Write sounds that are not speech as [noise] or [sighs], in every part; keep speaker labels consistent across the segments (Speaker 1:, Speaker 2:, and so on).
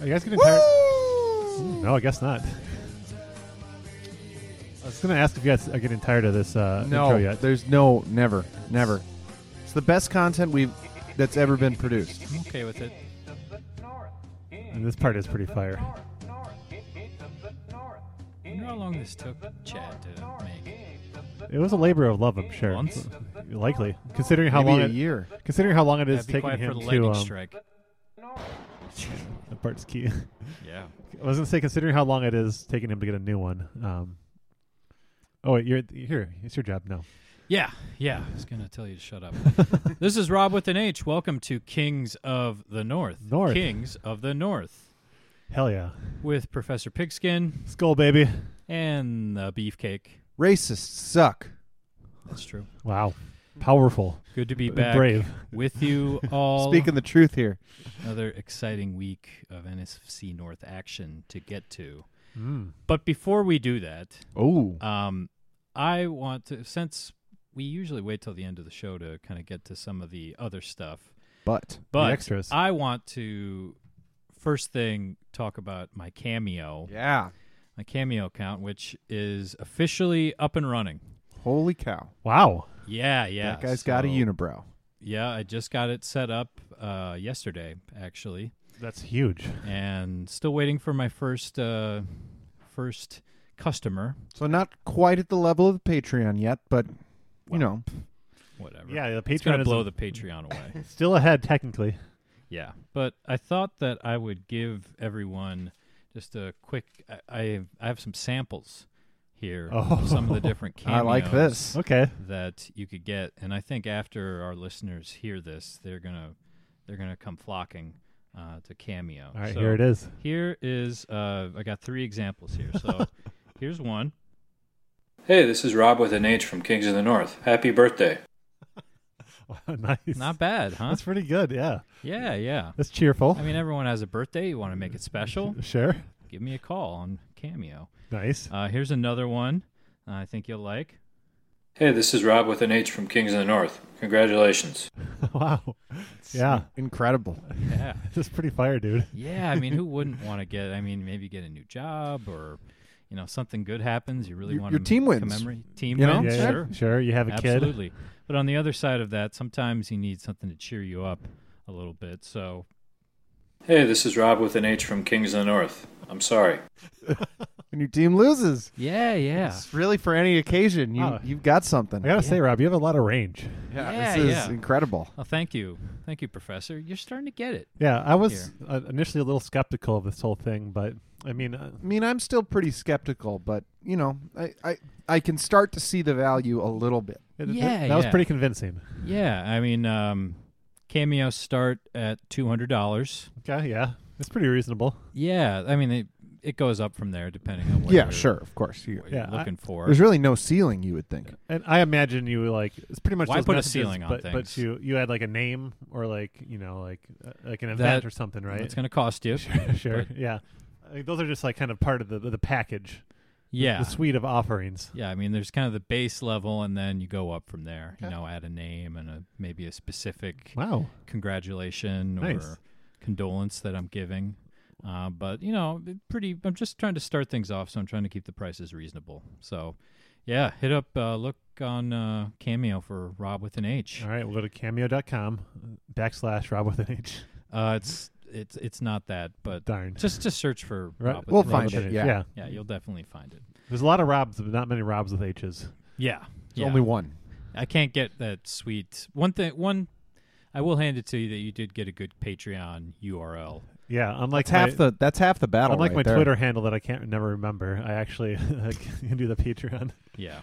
Speaker 1: Are you guys getting tired?
Speaker 2: Woo!
Speaker 1: No, I guess not. I was going to ask if you guys are getting tired of this uh,
Speaker 2: No,
Speaker 1: intro yet.
Speaker 2: there's no, never, never. It's the best content we've that's ever been produced.
Speaker 3: I'm okay with it.
Speaker 1: And this part is pretty fire.
Speaker 3: I wonder how long this took Chad to make.
Speaker 1: It was a labor of love, I'm sure.
Speaker 3: Months?
Speaker 1: Likely, considering how
Speaker 2: Maybe
Speaker 1: long
Speaker 2: a
Speaker 1: it-
Speaker 2: year.
Speaker 1: Considering how long it
Speaker 3: Yeah,
Speaker 1: is
Speaker 3: be
Speaker 1: taking
Speaker 3: quiet for
Speaker 1: him
Speaker 3: the
Speaker 1: to
Speaker 3: lightning
Speaker 1: um,
Speaker 3: strike.
Speaker 1: the part's key.
Speaker 3: Yeah.
Speaker 1: [laughs] I was gonna say, considering how long it is taking him to get a new one. Um, oh wait, you're here. It's your job now.
Speaker 3: Yeah, yeah. I was going to tell you to
Speaker 1: [laughs]
Speaker 3: shut up. this is Rob with an H. Welcome to Kings of the North.
Speaker 1: North.
Speaker 3: Kings of the North
Speaker 1: Hell yeah,
Speaker 3: with Professor Pigskin
Speaker 1: skull baby.
Speaker 3: and the Beefcake.
Speaker 2: Racists suck.
Speaker 3: That's true.
Speaker 1: Wow, powerful,
Speaker 3: Good to be
Speaker 1: b-
Speaker 3: back
Speaker 1: brave. [laughs]
Speaker 3: with you all.
Speaker 2: Speaking the truth here.
Speaker 3: Another exciting week of NFC North action to get to.
Speaker 1: Mm.
Speaker 3: But before we do that,
Speaker 2: Oh,
Speaker 3: Um, I want to since we usually wait till the end of the show to kind of get to some of the other stuff,
Speaker 2: but
Speaker 3: but
Speaker 1: extras.
Speaker 3: I want to first thing talk about my cameo,
Speaker 2: yeah,
Speaker 3: my cameo account, which is officially up and running.
Speaker 2: holy cow!
Speaker 1: Wow,
Speaker 3: Yeah, yeah.
Speaker 2: that guy's got a
Speaker 3: so-
Speaker 2: unibrow.
Speaker 3: Yeah, I just got it set up uh, yesterday, actually,
Speaker 1: that's huge.
Speaker 3: and still waiting for my first uh, first customer.
Speaker 2: So not quite at the level of the Patreon yet, but you
Speaker 3: Well,
Speaker 2: know,
Speaker 3: Whatever.
Speaker 1: Yeah, the
Speaker 3: it's gonna
Speaker 1: Patreon
Speaker 3: blow
Speaker 1: is
Speaker 3: the
Speaker 2: [laughs]
Speaker 3: Patreon away.
Speaker 1: a- still ahead technically.
Speaker 3: Yeah, but I thought that I would give everyone just a quick. I I, I have some samples here
Speaker 1: Oh.
Speaker 3: of
Speaker 1: [laughs]
Speaker 3: some of the different
Speaker 2: I
Speaker 3: cameos
Speaker 2: like this.
Speaker 1: Okay,
Speaker 3: that you could get, and I think after our listeners hear this, they're gonna they're gonna come flocking uh, to cameo.
Speaker 1: all right, here it [laughs] is.
Speaker 3: Here is uh, I got three examples here.
Speaker 1: [laughs]
Speaker 3: So here's one.
Speaker 4: Hey, this is Rob with an H from Kings of the North. Happy birthday.
Speaker 1: nice.
Speaker 3: Not bad, huh?
Speaker 1: That's pretty good. Yeah,
Speaker 3: yeah, yeah.
Speaker 1: that's cheerful.
Speaker 3: [laughs] I mean, everyone has a birthday. You want to make it special?
Speaker 1: sure.
Speaker 3: Give me a call on Cameo.
Speaker 1: Nice.
Speaker 3: Uh, here's another one uh, I think you'll like.
Speaker 4: Hey, this is Rob with an H from Kings of the North. Congratulations.
Speaker 3: Uh-huh.
Speaker 1: [laughs] wow. Yeah,
Speaker 2: Incredible.
Speaker 3: Yeah.
Speaker 1: [laughs] that's pretty fire, dude.
Speaker 3: yeah. I mean, who wouldn't want to get, I mean, maybe get a new job or, you know, something good happens. You really
Speaker 2: Your-
Speaker 3: want
Speaker 2: your
Speaker 3: to
Speaker 2: team wins.
Speaker 3: Commemorate. Team
Speaker 2: You know?
Speaker 3: wins.
Speaker 1: yeah,
Speaker 3: Sure.
Speaker 1: sure. You have a kid.
Speaker 3: Absolutely. But on the other side of that, sometimes you need something to cheer you up a little bit. So,
Speaker 4: Hey, this is Rob with an H from Kings of the North. I'm sorry.
Speaker 2: When your team loses,
Speaker 3: yeah, yeah.
Speaker 2: it's really for any occasion. You
Speaker 1: Oh.
Speaker 2: you've got something.
Speaker 1: I gotta say, Rob, you have a lot of range.
Speaker 3: Yeah,
Speaker 2: this is
Speaker 3: yeah.
Speaker 2: incredible.
Speaker 3: Well, Oh, thank you. Thank you, Professor. You're starting to get it.
Speaker 1: Yeah, I was uh, initially a little skeptical of this whole thing, but I mean, uh,
Speaker 2: I mean, I'm still pretty skeptical, but you know, I, I, I can start to see the value a little bit.
Speaker 1: it- it-
Speaker 3: Yeah,
Speaker 1: that was
Speaker 3: yeah.
Speaker 1: pretty convincing.
Speaker 3: Yeah. I mean, um, cameos start at $200.
Speaker 1: Okay, yeah, it's pretty reasonable.
Speaker 3: Yeah, I mean it. It goes up from there depending on what. you're,
Speaker 2: of course. You,
Speaker 3: What you're
Speaker 1: Yeah, I-
Speaker 3: looking for.
Speaker 2: There's really no ceiling, you would think.
Speaker 1: And I imagine you like it's pretty much
Speaker 3: Why
Speaker 1: those
Speaker 3: put a
Speaker 1: messages,
Speaker 3: ceiling on
Speaker 1: but, But
Speaker 3: things?
Speaker 1: you you had like a name or like you know like uh, like an event
Speaker 3: That-
Speaker 1: or something, right? [laughs]
Speaker 3: It's going to cost you.
Speaker 1: sure, yeah. I think those are just like kind of part of the the package,
Speaker 3: Yeah.
Speaker 1: the suite of offerings.
Speaker 3: Yeah, I mean, there's kind of the base level, and then you go up from there. You know, add a name and a maybe a specific
Speaker 1: Wow.
Speaker 3: congratulation
Speaker 1: Nice.
Speaker 3: or condolence that I'm giving. Uh, but you know, it- pretty. I'm just trying to start things off, so I'm trying to keep the prices reasonable. So, yeah, hit up. Uh, look on uh, Cameo for Rob with an H.
Speaker 1: All right, we'll go to cameo.com uh, backslash Rob with an H.
Speaker 3: Uh, it's it's it's not that, but
Speaker 1: Darn.
Speaker 3: just just search for
Speaker 1: Right,
Speaker 3: Rob with
Speaker 2: We'll
Speaker 3: an
Speaker 2: find
Speaker 3: H.
Speaker 1: Rob with
Speaker 2: it,
Speaker 1: an H,
Speaker 2: yeah.
Speaker 1: yeah.
Speaker 3: Yeah, you'll definitely find it.
Speaker 1: There's a lot of Robs, but not many Robs with H's.
Speaker 3: Yeah.
Speaker 2: There's Only one.
Speaker 3: I can't get that sweet one thing one I will hand it to you that you did get a good Patreon URL.
Speaker 1: Yeah, unlike
Speaker 2: That's
Speaker 1: my,
Speaker 2: half the. That's half the battle.
Speaker 1: unlike
Speaker 2: right
Speaker 1: my
Speaker 2: there.
Speaker 1: Twitter handle that I can't never remember. I actually [laughs] can do the
Speaker 2: [laughs]
Speaker 1: Patreon. [laughs]
Speaker 3: Yeah.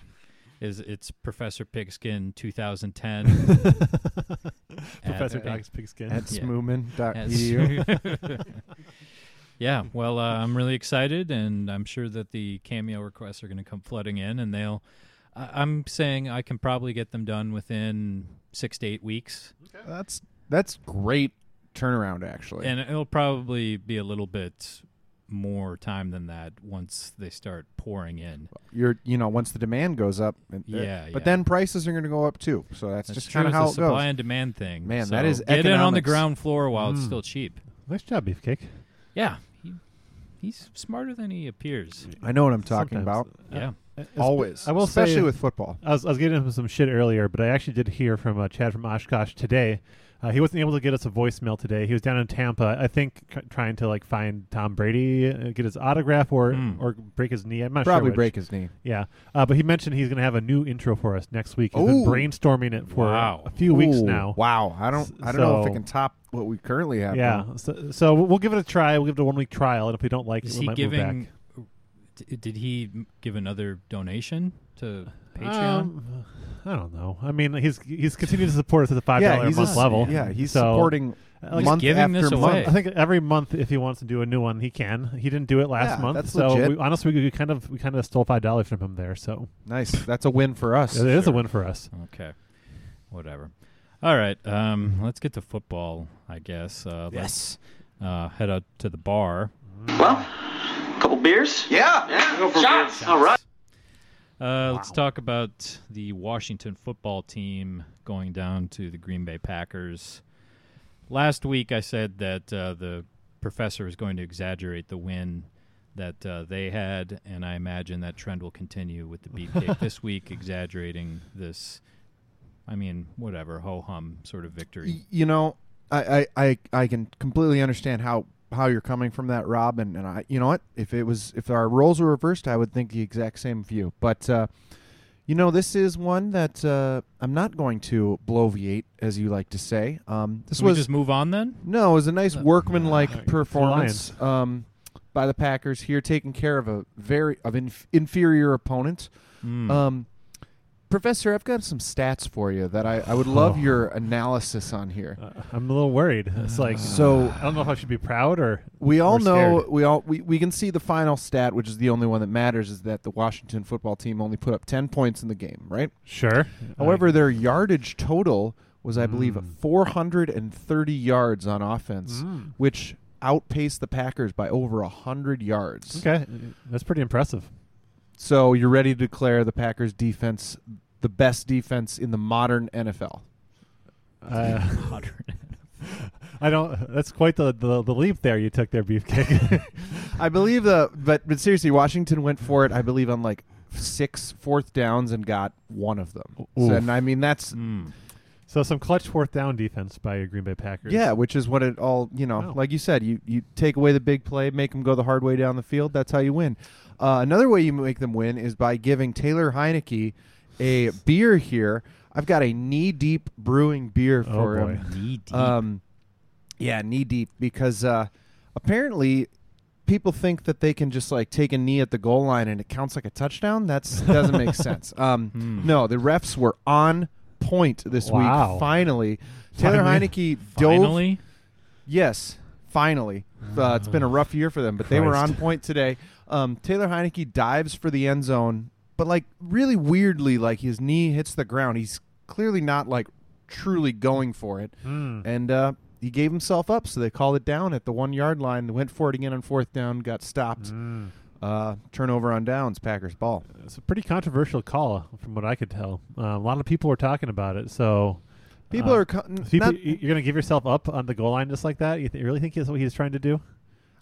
Speaker 3: Is it's Professor Pigskin
Speaker 2: [laughs]
Speaker 3: 2010.
Speaker 1: Professor
Speaker 3: At-
Speaker 1: Dog's Pigskin.
Speaker 2: [laughs] at E
Speaker 3: Yeah. at-
Speaker 2: smoomin.edu.
Speaker 3: [laughs] yeah, well, uh, I'm really excited, and I'm sure that the cameo requests are going to come flooding in, and they'll. I I'm saying I can probably get them done within six to eight weeks.
Speaker 2: [laughs] That's that's great turnaround, actually.
Speaker 3: and it'll probably be a little bit more time than that once they start pouring in.
Speaker 2: You're you know once the demand goes up, and uh,
Speaker 3: Yeah,
Speaker 2: but
Speaker 3: yeah.
Speaker 2: then prices are going to go up too. So that's, just kind of
Speaker 3: It's
Speaker 2: how
Speaker 3: a
Speaker 2: it
Speaker 3: supply
Speaker 2: goes.
Speaker 3: and demand thing.
Speaker 2: Man,
Speaker 3: So
Speaker 2: that is
Speaker 3: get in on the
Speaker 2: economics. Mm.
Speaker 3: ground floor while it's still cheap.
Speaker 1: nice job, Beefcake.
Speaker 3: Yeah, He's smarter than he appears.
Speaker 2: I know what I'm talking
Speaker 1: Sometimes.
Speaker 2: about.
Speaker 3: Yeah.
Speaker 1: Uh, espe-
Speaker 2: Always.
Speaker 1: I will
Speaker 2: especially
Speaker 1: say-
Speaker 2: with football.
Speaker 1: I was, I was getting him some shit earlier, but I actually did hear from uh, Chad from Oshkosh today. Uh, he wasn't able to get us a voicemail today. He was down in Tampa, I think, c- trying to like find Tom Brady, uh, get his autograph, or
Speaker 3: Hmm.
Speaker 1: or break his knee. I'm not
Speaker 2: Probably
Speaker 1: sure. which.
Speaker 2: break his knee.
Speaker 1: Yeah, uh, but he mentioned he's going to have a new intro for us next week. He's been
Speaker 2: Ooh.
Speaker 1: brainstorming it for
Speaker 3: Wow.
Speaker 1: a few weeks
Speaker 2: Ooh,
Speaker 1: now.
Speaker 2: Wow, I don't, I don't know if
Speaker 1: So-
Speaker 2: it can top what we currently have.
Speaker 1: Yeah, so, so we'll give it a try. We'll give it a one week trial, and if we don't like
Speaker 3: Is
Speaker 1: it, we
Speaker 3: he
Speaker 1: might move
Speaker 3: giving?
Speaker 1: back.
Speaker 3: d- Did he m- give another donation to Patreon?
Speaker 1: Um, I don't know. I mean, he's he's continuing to support us at the five dollar
Speaker 2: yeah,
Speaker 1: a
Speaker 2: he's
Speaker 1: month
Speaker 2: just-
Speaker 1: level.
Speaker 2: Yeah, he's
Speaker 1: So,
Speaker 2: supporting
Speaker 1: like,
Speaker 2: month
Speaker 3: giving
Speaker 2: after
Speaker 3: this
Speaker 2: month.
Speaker 3: away.
Speaker 1: I think every month, if he wants to do a new one, he can. He didn't do it last
Speaker 2: Yeah,
Speaker 1: month,
Speaker 2: that's
Speaker 1: so
Speaker 2: legit.
Speaker 1: we, honestly, we kind of we kind of stole five dollars from him there. So
Speaker 2: Nice, that's a win for us.
Speaker 1: it is a
Speaker 3: Sure.
Speaker 1: win for us.
Speaker 3: Okay, whatever. All right, um, let's get to football. I guess. Uh, yes. Let's, uh, head out to the bar.
Speaker 5: Well, couple beers? Yeah. Yeah. Shots. All right.
Speaker 3: Uh, Let's talk about the Washington football team going down to the Green Bay Packers. Last week, I said that uh, the professor is going to exaggerate the win that uh, they had, and I imagine that trend will continue with
Speaker 2: [laughs]
Speaker 3: the beefcake this week, exaggerating this. I mean, whatever, ho hum sort of victory.
Speaker 2: Y- You know, I, I, I, I can completely understand how how you're coming from that, Rob. And, and I, you know what? If it was, if our roles were reversed, I would think the exact same view. But uh, you know, this is one that uh, I'm not going to bloviate, as you like to say. Um, this
Speaker 3: Should we
Speaker 2: was
Speaker 3: just move on then?
Speaker 2: No, it was a nice workmanlike
Speaker 1: Alright.
Speaker 2: performance um, by the Packers here, taking care of a very of inf- inferior opponent.
Speaker 1: Hmm.
Speaker 3: Mm. [laughs]
Speaker 2: Um, Professor, I've got some stats for you that I, I would love
Speaker 1: Oh.
Speaker 2: your analysis on here.
Speaker 1: Uh, I'm a little worried. It's like
Speaker 2: Uh, So-
Speaker 1: I don't know if I should be proud or
Speaker 2: We all
Speaker 1: we're
Speaker 2: know
Speaker 1: scared.
Speaker 2: we all we, we can see the final stat, which is the only one that matters, is that the Washington football team only put up ten points in the game, right?
Speaker 1: sure.
Speaker 2: However, their yardage total was, I believe,
Speaker 1: Hmm.
Speaker 2: 430 yards on offense,
Speaker 1: Mm.
Speaker 2: which outpaced the Packers by over 100 yards.
Speaker 1: okay, that's pretty
Speaker 2: [laughs]
Speaker 1: impressive.
Speaker 2: So you're ready to declare the Packers defense the best defense in the modern NFL.
Speaker 1: Uh,
Speaker 2: [laughs]
Speaker 1: I don't. That's quite the, the the leap there you took there, beefcake. [laughs]
Speaker 2: I believe the but but seriously, Washington went for it. I believe on like six fourth downs and got one of them. So,
Speaker 1: Oof.
Speaker 2: and I mean that's [laughs]
Speaker 3: Mm.
Speaker 1: so some clutch fourth down defense by your Green Bay Packers.
Speaker 2: yeah, which is what it all you know.
Speaker 1: Oh.
Speaker 2: Like you said, you you take away the big play, make them go the hard way down the field. That's how you win. Uh, another way you make them win is by giving Taylor Heineke a beer here. I've got a knee deep brewing beer
Speaker 1: Oh,
Speaker 2: for
Speaker 1: boy.
Speaker 2: him.
Speaker 3: Knee deep.
Speaker 2: Um, yeah, knee deep because uh, apparently people think that they can just like take a knee at the goal line and it counts like a touchdown. That doesn't make sense. Um, No, the refs were on point this
Speaker 1: Wow.
Speaker 2: week. Finally, Taylor
Speaker 1: Finally.
Speaker 2: Heineke dove.
Speaker 3: Finally,
Speaker 2: Yes, finally. Uh, it's been a rough year for them, but they were
Speaker 1: Christ.
Speaker 2: on point today. Um, Taylor Heineke dives for the end zone, but like really weirdly, like his knee hits the ground. He's clearly not like truly going for it,
Speaker 1: Hmm.
Speaker 2: and uh, he gave himself up. So they called it down at the one yard line. They went for it again on fourth down, got stopped.
Speaker 1: Mm.
Speaker 2: Uh, turnover on downs, Packers ball.
Speaker 1: It's a pretty controversial call, from what I could tell. Uh, a lot of people were talking about it. So
Speaker 2: People
Speaker 1: uh,
Speaker 2: are co- n-
Speaker 1: if you-
Speaker 2: not,
Speaker 1: you're going to give yourself up on the goal line just like that. You, th- you really think that's what he's trying to do?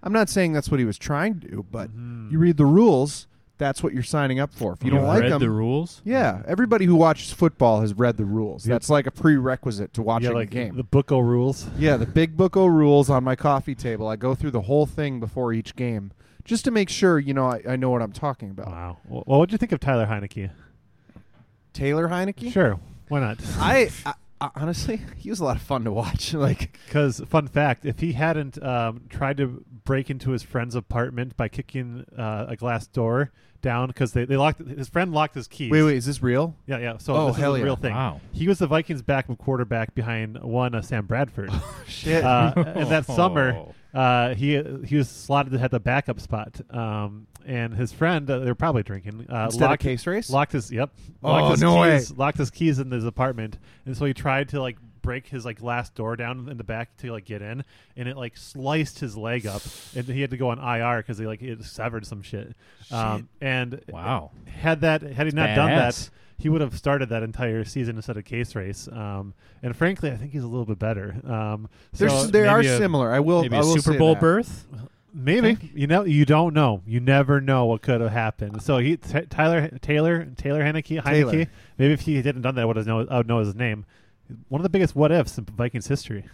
Speaker 2: I'm not saying that's what he was trying to do, but
Speaker 1: Hmm.
Speaker 2: you read the rules. That's what you're signing up for. If you don't
Speaker 3: You've
Speaker 2: like
Speaker 3: read
Speaker 2: them,
Speaker 3: the rules.
Speaker 2: Yeah, everybody who watches football has read the rules.
Speaker 1: Yeah.
Speaker 2: That's like a prerequisite to watching
Speaker 1: yeah, like
Speaker 2: a game.
Speaker 1: the Booko rules.
Speaker 2: yeah, the Big Book O rules on my coffee table. I go through the whole thing before each game just to make sure, you know, I, I know what I'm talking about.
Speaker 1: Wow. Well, what would you think of Tyler Heineke?
Speaker 2: Taylor Heineke?
Speaker 1: Sure, why not?
Speaker 2: I,
Speaker 1: [laughs]
Speaker 2: I, I honestly, [laughs] he was a lot of fun to watch. [laughs] Like,
Speaker 1: Because fun fact, if he hadn't um, tried to break into his friend's apartment by kicking uh, a glass door down, because they, they locked his friend locked his keys.
Speaker 2: wait, wait, is this real?
Speaker 1: Yeah, yeah. So
Speaker 2: Oh,
Speaker 1: this
Speaker 2: hell
Speaker 1: is a
Speaker 2: yeah.
Speaker 1: real thing.
Speaker 3: Wow.
Speaker 1: He was the Vikings' backup quarterback behind one uh, Sam
Speaker 2: [laughs]
Speaker 1: Bradford.
Speaker 2: Oh, Shit.
Speaker 1: uh,
Speaker 3: [laughs]
Speaker 1: and that summer,
Speaker 3: Oh.
Speaker 1: uh, he he was slotted to have the backup spot. Um, and his friend, uh, they were probably drinking. Uh,
Speaker 2: Instead
Speaker 1: locked,
Speaker 2: of case race?
Speaker 1: locked his yep.
Speaker 2: Oh,
Speaker 1: locked his
Speaker 2: no
Speaker 1: keys, Locked his keys in his apartment, and so he tried to like break his like glass door down in the back to like get in, and it like sliced his leg up, and he had to go on IR because he like it severed some shit. Um, and
Speaker 3: Wow.
Speaker 1: had that had he not done
Speaker 3: badass.
Speaker 1: that. He would have started that entire season instead of case race, um, and frankly, I think he's a little bit better. Um,
Speaker 2: There's-
Speaker 1: so
Speaker 2: they are
Speaker 3: maybe a-
Speaker 2: similar. I will,
Speaker 3: Maybe
Speaker 2: I
Speaker 3: a
Speaker 2: will
Speaker 3: Super
Speaker 2: say
Speaker 3: Bowl
Speaker 2: that.
Speaker 3: berth.
Speaker 1: Maybe you know you don't know. You never know what could have happened. So he t- Tyler Taylor Taylor Haneke,
Speaker 2: Taylor.
Speaker 1: Heineke. Maybe if he hadn't done that, I would have known, I would know his name. One of the biggest what ifs in Vikings history.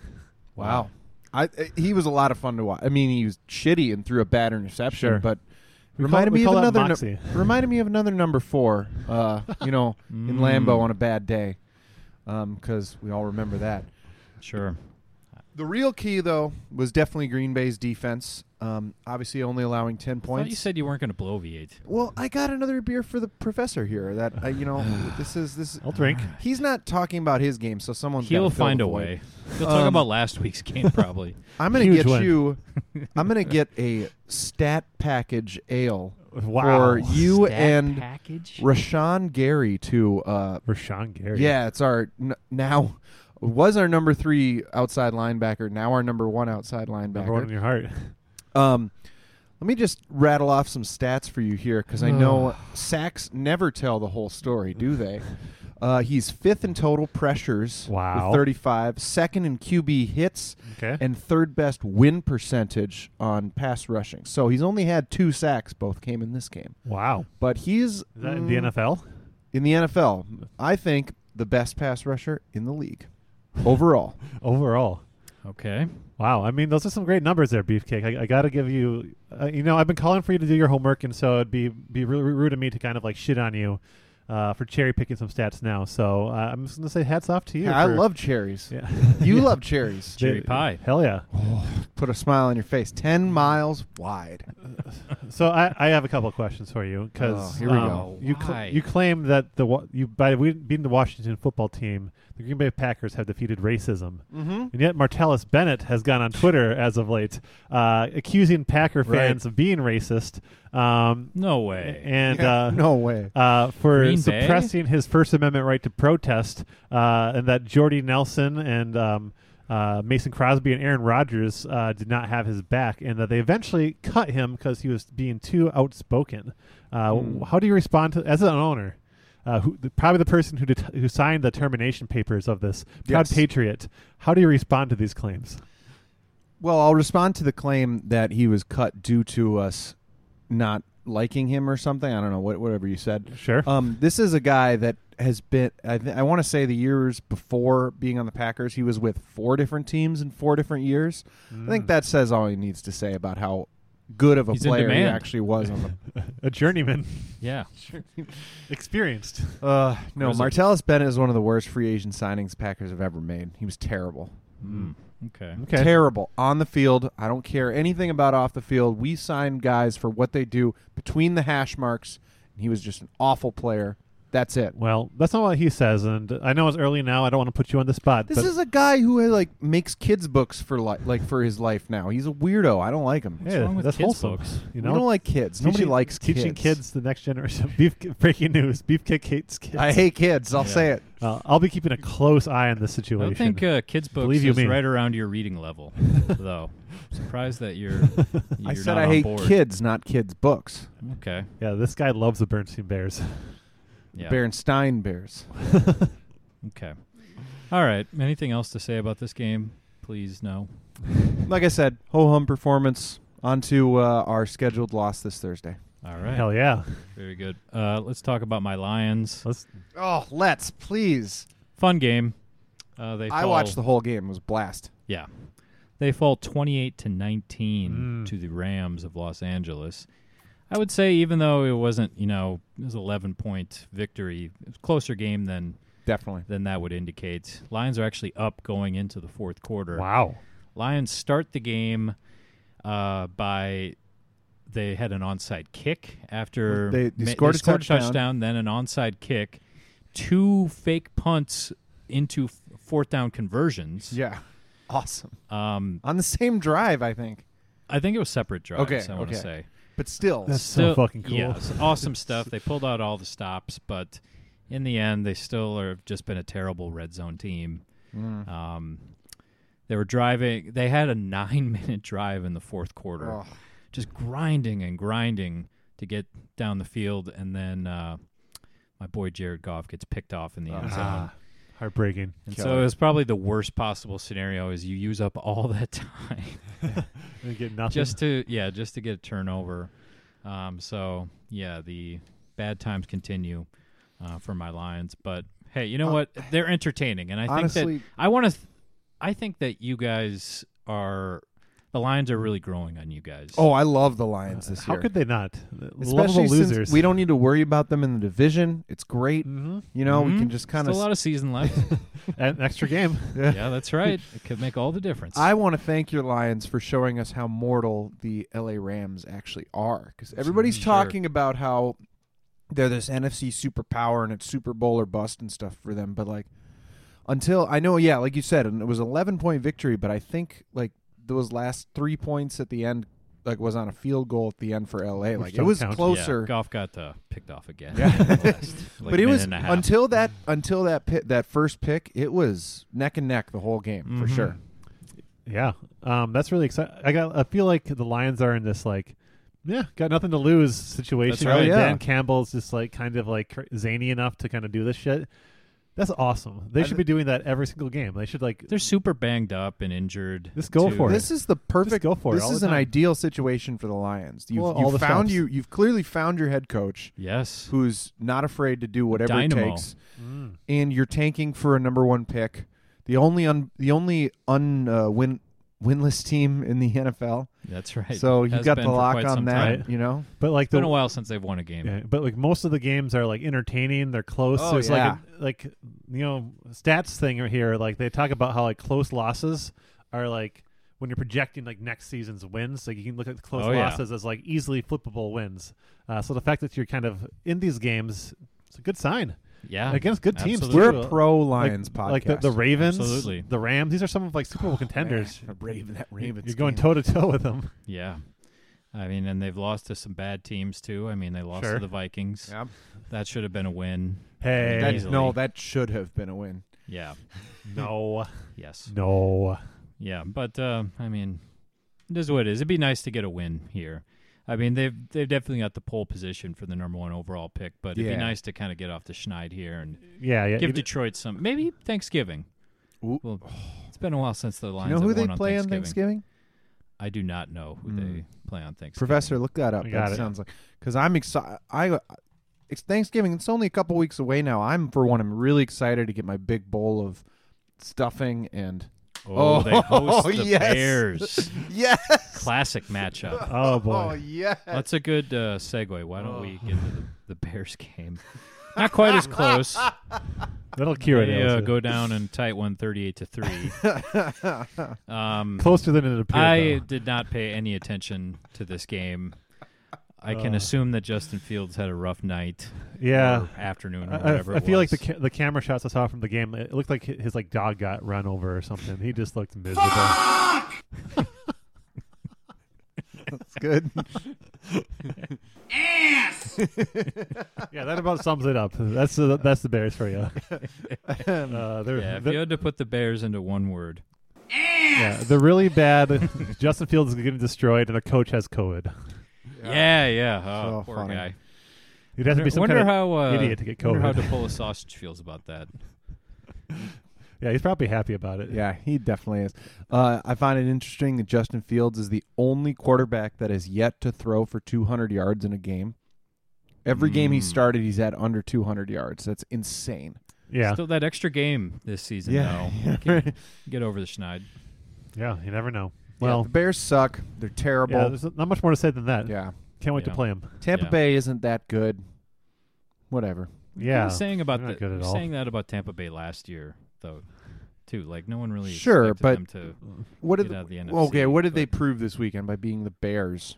Speaker 2: Wow. I, I- he was a lot of fun to watch. I mean, he was shitty and threw a bad interception,
Speaker 1: Sure.
Speaker 2: but
Speaker 1: We
Speaker 2: reminded
Speaker 1: call- we
Speaker 2: me of
Speaker 1: call that
Speaker 2: another.
Speaker 1: moxie. [laughs]
Speaker 2: reminded me of another number four. Uh, you know, in Lambo
Speaker 1: Mm.
Speaker 2: on a bad day, because we all remember that.
Speaker 3: Sure.
Speaker 2: The real key, though, was definitely Green Bay's defense. Um, obviously, only allowing ten
Speaker 3: Well,
Speaker 2: points.
Speaker 3: you said you weren't going to bloviate.
Speaker 2: well, I got another beer for the professor here. That I,
Speaker 1: [sighs]
Speaker 2: you know, this is this.
Speaker 1: I'll drink.
Speaker 3: Ah.
Speaker 2: He's not talking about his game, so someone's
Speaker 3: He'll
Speaker 2: gotta fill
Speaker 3: find
Speaker 2: the
Speaker 3: a
Speaker 2: void.
Speaker 3: way. He'll talk
Speaker 2: Um,
Speaker 3: about last week's game probably.
Speaker 2: I'm gonna
Speaker 1: Huge
Speaker 2: get
Speaker 1: win. [laughs]
Speaker 2: you. I'm gonna get a stat package ale
Speaker 1: Wow.
Speaker 2: for you
Speaker 3: Stat
Speaker 2: and
Speaker 3: package.
Speaker 2: Rashawn Gary to. Uh,
Speaker 1: Rashawn Gary.
Speaker 2: yeah, it's our n- now was our number three outside linebacker. Now our number one outside
Speaker 1: Number one in
Speaker 2: linebacker.
Speaker 1: your heart. [laughs]
Speaker 2: Um, let me just rattle off some stats for you here because I know sacks never tell the whole story, do they? Uh, he's fifth in total pressures
Speaker 1: Wow.
Speaker 2: with 35, second in QB hits,
Speaker 1: Okay.
Speaker 2: and third best win percentage on pass rushing. So he's only had two sacks, both came in this game.
Speaker 1: Wow.
Speaker 2: But he's mm,
Speaker 1: Is that in
Speaker 3: Mm.
Speaker 1: the NFL?
Speaker 2: in the NFL, I think the best pass rusher in the league overall.
Speaker 1: Overall.
Speaker 3: Okay.
Speaker 1: Wow, I mean, those are some great numbers there, Beefcake. I, I got to give you, uh, you know, I've been calling for you to do your homework, and so it'd be be really rude of me to kind of like shit on you uh, for cherry picking some stats now. So uh, I'm just gonna say hats off to you.
Speaker 2: I
Speaker 1: for-
Speaker 2: love cherries.
Speaker 1: [laughs] yeah.
Speaker 2: [laughs] You
Speaker 1: [laughs]
Speaker 2: love cherries.
Speaker 3: Cherry pie.
Speaker 1: Hell yeah!
Speaker 2: Oh, Put a smile on your face. 10 miles wide.
Speaker 1: So I, I have a couple of questions for you because
Speaker 2: Oh, here we go.
Speaker 1: you cl-
Speaker 3: Why?
Speaker 1: you claim that the wa- you by we- beating the Washington football team, the Green Bay Packers have defeated racism,
Speaker 2: Mm.
Speaker 1: mm-hmm. and yet Martellus Bennett has gone on Twitter as of late, uh, accusing Packer
Speaker 2: Right.
Speaker 1: fans of being racist. Um,
Speaker 3: No way.
Speaker 1: and uh,
Speaker 2: no way.
Speaker 1: uh, for
Speaker 3: Green Bay?
Speaker 1: suppressing his First Amendment right to protest, uh, and that Jordy Nelson and um, uh, Mason Crosby and Aaron Rodgers uh, did not have his back, and that they eventually cut him because he was being too outspoken. Uh,
Speaker 3: Hmm.
Speaker 1: How do you respond to as an owner? Uh, who, the, probably the person who det- who signed the termination papers of this proud
Speaker 2: Yes.
Speaker 1: patriot. How do you respond to these claims?
Speaker 2: Well, I'll respond to the claim that he was cut due to us not liking him or something. I don't know, what, whatever you said.
Speaker 1: Sure.
Speaker 2: Um, this is a guy that has been, I, th- I want to say the years before being on the Packers, he was with four different teams in four different years. I
Speaker 1: Mm.
Speaker 2: think that says all he needs to say about how good of a
Speaker 3: He's in
Speaker 2: player he
Speaker 3: demand.
Speaker 2: actually was on the
Speaker 1: [laughs] a journeyman,
Speaker 3: [laughs] yeah.
Speaker 1: experienced.
Speaker 2: Uh, no,
Speaker 3: Grizzly.
Speaker 2: Martellus Bennett is one of the worst free agent signings Packers have ever made. He was terrible.
Speaker 3: Hmm. Okay.
Speaker 1: Okay.
Speaker 2: Terrible. On the field, I don't care anything about off the field. We sign guys for what they do between the hash marks, and he was just an awful player. That's it.
Speaker 1: Well, that's not what he says, and I know it's early now. I don't want to put you on the spot.
Speaker 2: This
Speaker 1: but
Speaker 2: is a guy who uh, like makes kids books for li- like for his life now. He's a weirdo. I don't like him.
Speaker 1: Yeah,
Speaker 3: wrong with
Speaker 1: that's
Speaker 3: kids,
Speaker 1: wholesome.
Speaker 3: folks?
Speaker 1: You
Speaker 2: We
Speaker 1: know,
Speaker 2: don't like kids. Nobody
Speaker 1: Teaching-
Speaker 2: likes
Speaker 1: teaching kids the next generation. [laughs] Beef, breaking news: Beefcake hates kids. [laughs]
Speaker 2: I hate kids. I'll say it.
Speaker 1: Uh, I'll be keeping a close eye on this
Speaker 3: I
Speaker 1: situation.
Speaker 3: don't think uh, kids books
Speaker 1: Believe you
Speaker 3: is
Speaker 1: me.
Speaker 3: right around your reading level, though. Surprised that you're. you're
Speaker 2: I said
Speaker 3: not
Speaker 2: I
Speaker 3: on
Speaker 2: hate
Speaker 3: board.
Speaker 2: kids, not kids books.
Speaker 3: Okay.
Speaker 1: yeah, this guy loves the Bernstein Bears. [laughs]
Speaker 3: Yeah.
Speaker 2: Bernstein Bears.
Speaker 3: Okay. All right. Anything else to say about this game? Please no.
Speaker 2: like I said, ho hum performance. Onto uh, our scheduled loss this Thursday.
Speaker 3: All right.
Speaker 1: Hell yeah!
Speaker 3: Very good. Uh, let's talk about my Lions.
Speaker 1: Let's
Speaker 2: Oh, let's please.
Speaker 3: Fun game. Uh, they.
Speaker 2: I
Speaker 3: fall-
Speaker 2: watched the whole game. It was a blast.
Speaker 3: Yeah. They fall 28 to
Speaker 2: Mm.
Speaker 3: 19 to the Rams of Los Angeles. I would say even though it wasn't, you know, it was 11 point victory, it was a closer game than
Speaker 2: Definitely.
Speaker 3: than that would indicate. Lions are actually up going into the fourth quarter.
Speaker 1: wow.
Speaker 3: Lions start the game uh, by they had an onside kick after
Speaker 2: They- they scored a touchdown.
Speaker 3: then an onside kick, two fake punts into f- fourth down conversions.
Speaker 2: Yeah. Awesome.
Speaker 3: Um,
Speaker 2: On the same drive, I think.
Speaker 3: I think it was separate drives.
Speaker 2: Okay,
Speaker 3: I want to
Speaker 2: okay.
Speaker 3: say
Speaker 2: But still.
Speaker 1: That's so
Speaker 3: Still-
Speaker 1: fucking cool.
Speaker 3: yeah, it's
Speaker 1: [laughs]
Speaker 3: awesome stuff. They pulled out all the stops, but in the end, they still are just been a terrible red zone team.
Speaker 2: Mm.
Speaker 3: Um, they were driving. They had a [laughs] nine minute drive in the fourth quarter,
Speaker 2: Ugh.
Speaker 3: just grinding and grinding to get down the field, and then uh, my boy Jared Goff gets picked off in the end zone.
Speaker 1: Ah, Heartbreaking.
Speaker 3: And so
Speaker 2: Ah, Killer.
Speaker 3: it was probably the worst possible scenario is you use up all that [laughs] time
Speaker 1: And get
Speaker 2: [laughs]
Speaker 1: nothing.
Speaker 3: just to yeah, just to get a turnover. Um, so yeah, the bad times continue uh, for my Lions, but hey, you know
Speaker 2: Uh,
Speaker 3: what? They're entertaining, and I think
Speaker 2: honestly-
Speaker 3: that I want to. Th- I think that you guys are the Lions are really growing on you guys.
Speaker 2: Oh, I love the Lions this
Speaker 1: Uh, How
Speaker 2: year.
Speaker 1: could they not?
Speaker 2: Especially
Speaker 1: Lovable losers.
Speaker 2: since we don't need to worry about them in the division. It's great. You know, we
Speaker 1: Mm-hmm.
Speaker 3: Mhm.
Speaker 2: can just kind
Speaker 3: Still a lot
Speaker 2: of. [laughs]
Speaker 3: of season left.
Speaker 1: An extra game.
Speaker 3: yeah, that's right. It could make all the difference.
Speaker 2: I want to thank your Lions for showing us how mortal the LA Rams actually are, because everybody's
Speaker 3: Sure.
Speaker 2: talking about how they're this NFC superpower and it's Super Bowl or bust and stuff for them. But like, until I know, yeah, like you said, and it was eleven point victory, but I think like those last three points at the end, like was on a field goal at the end for LA. like it
Speaker 1: don't
Speaker 2: was
Speaker 1: count. Yeah.
Speaker 2: closer.
Speaker 3: Yeah, golf got uh, picked off again. [laughs]
Speaker 2: Yeah. [laughs]
Speaker 3: Like
Speaker 2: but it
Speaker 3: minute
Speaker 2: was
Speaker 3: and a half.
Speaker 2: until that until that pi that first pick, it was neck and neck the whole game for
Speaker 3: Mhm.
Speaker 2: sure.
Speaker 1: Yeah, um, that's really exciting. I got. I feel like the Lions are in this like, yeah, got nothing to lose situation.
Speaker 3: That's right.
Speaker 1: And
Speaker 2: Oh, yeah.
Speaker 1: Dan Campbell's just like kind of like cr- zany enough to kind of do this shit. That's awesome. They
Speaker 2: I
Speaker 1: should
Speaker 2: thi-
Speaker 1: be doing that every single game. They should like.
Speaker 3: They're super banged up and injured.
Speaker 1: Let's go
Speaker 3: too.
Speaker 1: for it.
Speaker 2: This is the perfect.
Speaker 1: go for it
Speaker 2: this
Speaker 1: all
Speaker 2: is
Speaker 1: the
Speaker 2: an
Speaker 1: time.
Speaker 2: ideal situation for the Lions. You've,
Speaker 1: Well,
Speaker 2: you've
Speaker 1: all the
Speaker 2: found
Speaker 1: stops.
Speaker 2: you. You've clearly found your head coach,
Speaker 3: Yes.
Speaker 2: who's not afraid to do whatever it
Speaker 3: Dynamo.
Speaker 2: takes,
Speaker 1: Mm.
Speaker 2: and you're tanking for a number one pick. The only un, the only un uh, win winless team in the [laughs] NFL.
Speaker 3: That's right.
Speaker 2: So you
Speaker 3: Has
Speaker 2: got
Speaker 3: been
Speaker 2: the
Speaker 3: for
Speaker 2: lock
Speaker 3: quite
Speaker 2: on
Speaker 3: some
Speaker 2: that.
Speaker 3: time.
Speaker 2: You know,
Speaker 1: but like
Speaker 3: It's been a
Speaker 1: the.
Speaker 3: while since they've won a game.
Speaker 1: Yeah, but like most of the games are like entertaining. They're close.
Speaker 2: Oh,
Speaker 1: There's
Speaker 2: yeah.
Speaker 1: like a, like you know stats thing here. Like they talk about how like close losses are like when you're projecting like next season's wins. Like you can look at close
Speaker 3: Oh, yeah.
Speaker 1: losses as like easily flippable wins. Uh, so the fact that you're kind of in these games, it's a good sign
Speaker 3: Yeah.
Speaker 1: against good teams.
Speaker 3: absolutely.
Speaker 1: too.
Speaker 2: we're
Speaker 1: Like-
Speaker 2: a pro
Speaker 1: Like-
Speaker 2: Lions podcast.
Speaker 1: Like the, the Ravens,
Speaker 3: Absolutely. Oh,
Speaker 1: the Rams. These are some of like Super Bowl contenders.
Speaker 2: Man, Raven, that Ravens.
Speaker 1: You're going
Speaker 2: game.
Speaker 1: toe to toe with them.
Speaker 3: Yeah. I mean, and they've lost to some bad teams too. I mean, they lost
Speaker 1: Sure.
Speaker 3: to the Vikings.
Speaker 2: Yeah.
Speaker 3: That should have been a win.
Speaker 1: Hey,
Speaker 2: That-
Speaker 3: Easily.
Speaker 2: no, that should have been a win.
Speaker 3: Yeah.
Speaker 1: no,
Speaker 3: Yes.
Speaker 1: no.
Speaker 3: Yeah. But uh, I mean, it is what it is. It'd be nice to get a win here. I mean, they've they've definitely got the pole position for the number one overall pick, but it'd
Speaker 2: Yeah.
Speaker 3: be nice to kind of get off the schneid here and
Speaker 1: Yeah, yeah.
Speaker 3: give
Speaker 1: it-
Speaker 3: Detroit some maybe Thanksgiving.
Speaker 2: Ooh.
Speaker 3: Well, it's been a while since the
Speaker 2: You
Speaker 3: Lions.
Speaker 2: know who
Speaker 3: have
Speaker 2: they
Speaker 3: won
Speaker 2: play on Thanksgiving?
Speaker 3: I do not know who they
Speaker 1: Hmm.
Speaker 3: play on Thanksgiving.
Speaker 2: Professor, look that up.
Speaker 1: I got
Speaker 2: That
Speaker 1: it.
Speaker 2: sounds like because I'm excited. I it's Thanksgiving. It's only a couple weeks away now. I'm for one. I'm really excited to get my big bowl of stuffing [laughs] and
Speaker 3: Oh, they host
Speaker 2: Oh,
Speaker 3: the
Speaker 2: yes.
Speaker 3: Bears.
Speaker 2: yes,
Speaker 3: Classic matchup.
Speaker 1: Oh boy.
Speaker 2: oh yes.
Speaker 3: That's a good uh, segue. Why don't we get to the, the Bears game? Not quite as close.
Speaker 1: That'll cure
Speaker 3: They
Speaker 1: it.
Speaker 3: uh,
Speaker 1: Allison.
Speaker 3: go down and tight one, thirty-eight to
Speaker 1: [laughs]
Speaker 3: three. Um,
Speaker 1: closer than it appeared.
Speaker 3: I
Speaker 1: though.
Speaker 3: did not pay any attention to this game. I can assume that Justin Fields had a rough night.
Speaker 1: Uh. Yeah.
Speaker 3: or afternoon
Speaker 1: I-
Speaker 3: or
Speaker 1: I,
Speaker 3: whatever.
Speaker 1: I
Speaker 3: it
Speaker 1: feel like the
Speaker 3: was.
Speaker 1: ca- the camera shots I saw from the game. It looked like hi- his like dog got run over or something. He just looked miserable.
Speaker 2: [laughs] good. [laughs]
Speaker 1: yeah, that about sums it up. That's the that's the Bears for
Speaker 2: [laughs]
Speaker 1: you. Uh, they're
Speaker 3: Yeah, if
Speaker 1: they're,
Speaker 3: you had to put the Bears into one word,
Speaker 1: yeah, they're really bad. [laughs] Justin Fields is getting destroyed, and their coach has COVID.
Speaker 3: yeah, yeah, oh,
Speaker 2: So
Speaker 3: poor
Speaker 2: funny.
Speaker 3: guy.
Speaker 1: He'd have to be some
Speaker 3: wonder
Speaker 1: kind of
Speaker 3: how uh,
Speaker 1: idiot to get
Speaker 3: wonder how
Speaker 1: COVID.
Speaker 3: DePola Sausage feels about that.
Speaker 1: yeah. He's probably happy about it.
Speaker 2: Yeah, he definitely is. Uh, I find it interesting that Justin Fields is the only quarterback that has yet to throw for 200 yards in a game. Every game he
Speaker 3: Mm.
Speaker 2: started, he's at under 200 yards. That's insane.
Speaker 1: yeah,
Speaker 3: Still that extra game this season,
Speaker 2: Yeah.
Speaker 1: [laughs]
Speaker 3: though. Get, get over the schneid.
Speaker 1: yeah. You never know.
Speaker 2: yeah,
Speaker 1: Well,
Speaker 2: the Bears suck. They're
Speaker 1: yeah,
Speaker 2: terrible.
Speaker 1: there's not much more to say than that.
Speaker 2: Yeah,
Speaker 1: Can't wait to
Speaker 3: Yeah.
Speaker 1: play him.
Speaker 2: Tampa
Speaker 3: Yeah.
Speaker 2: Bay isn't that good. Whatever.
Speaker 1: Yeah,
Speaker 3: I was saying about
Speaker 1: they're not
Speaker 3: the,
Speaker 1: good
Speaker 3: I
Speaker 1: at
Speaker 3: was
Speaker 1: all.
Speaker 3: saying that about Tampa Bay last year, though, too. Like no one really
Speaker 2: Sure,
Speaker 3: expected
Speaker 2: but-
Speaker 3: them to.
Speaker 2: What
Speaker 3: Get
Speaker 2: did
Speaker 3: out of the NFC,
Speaker 2: okay? What did they
Speaker 3: but-
Speaker 2: prove this weekend by being the Bears?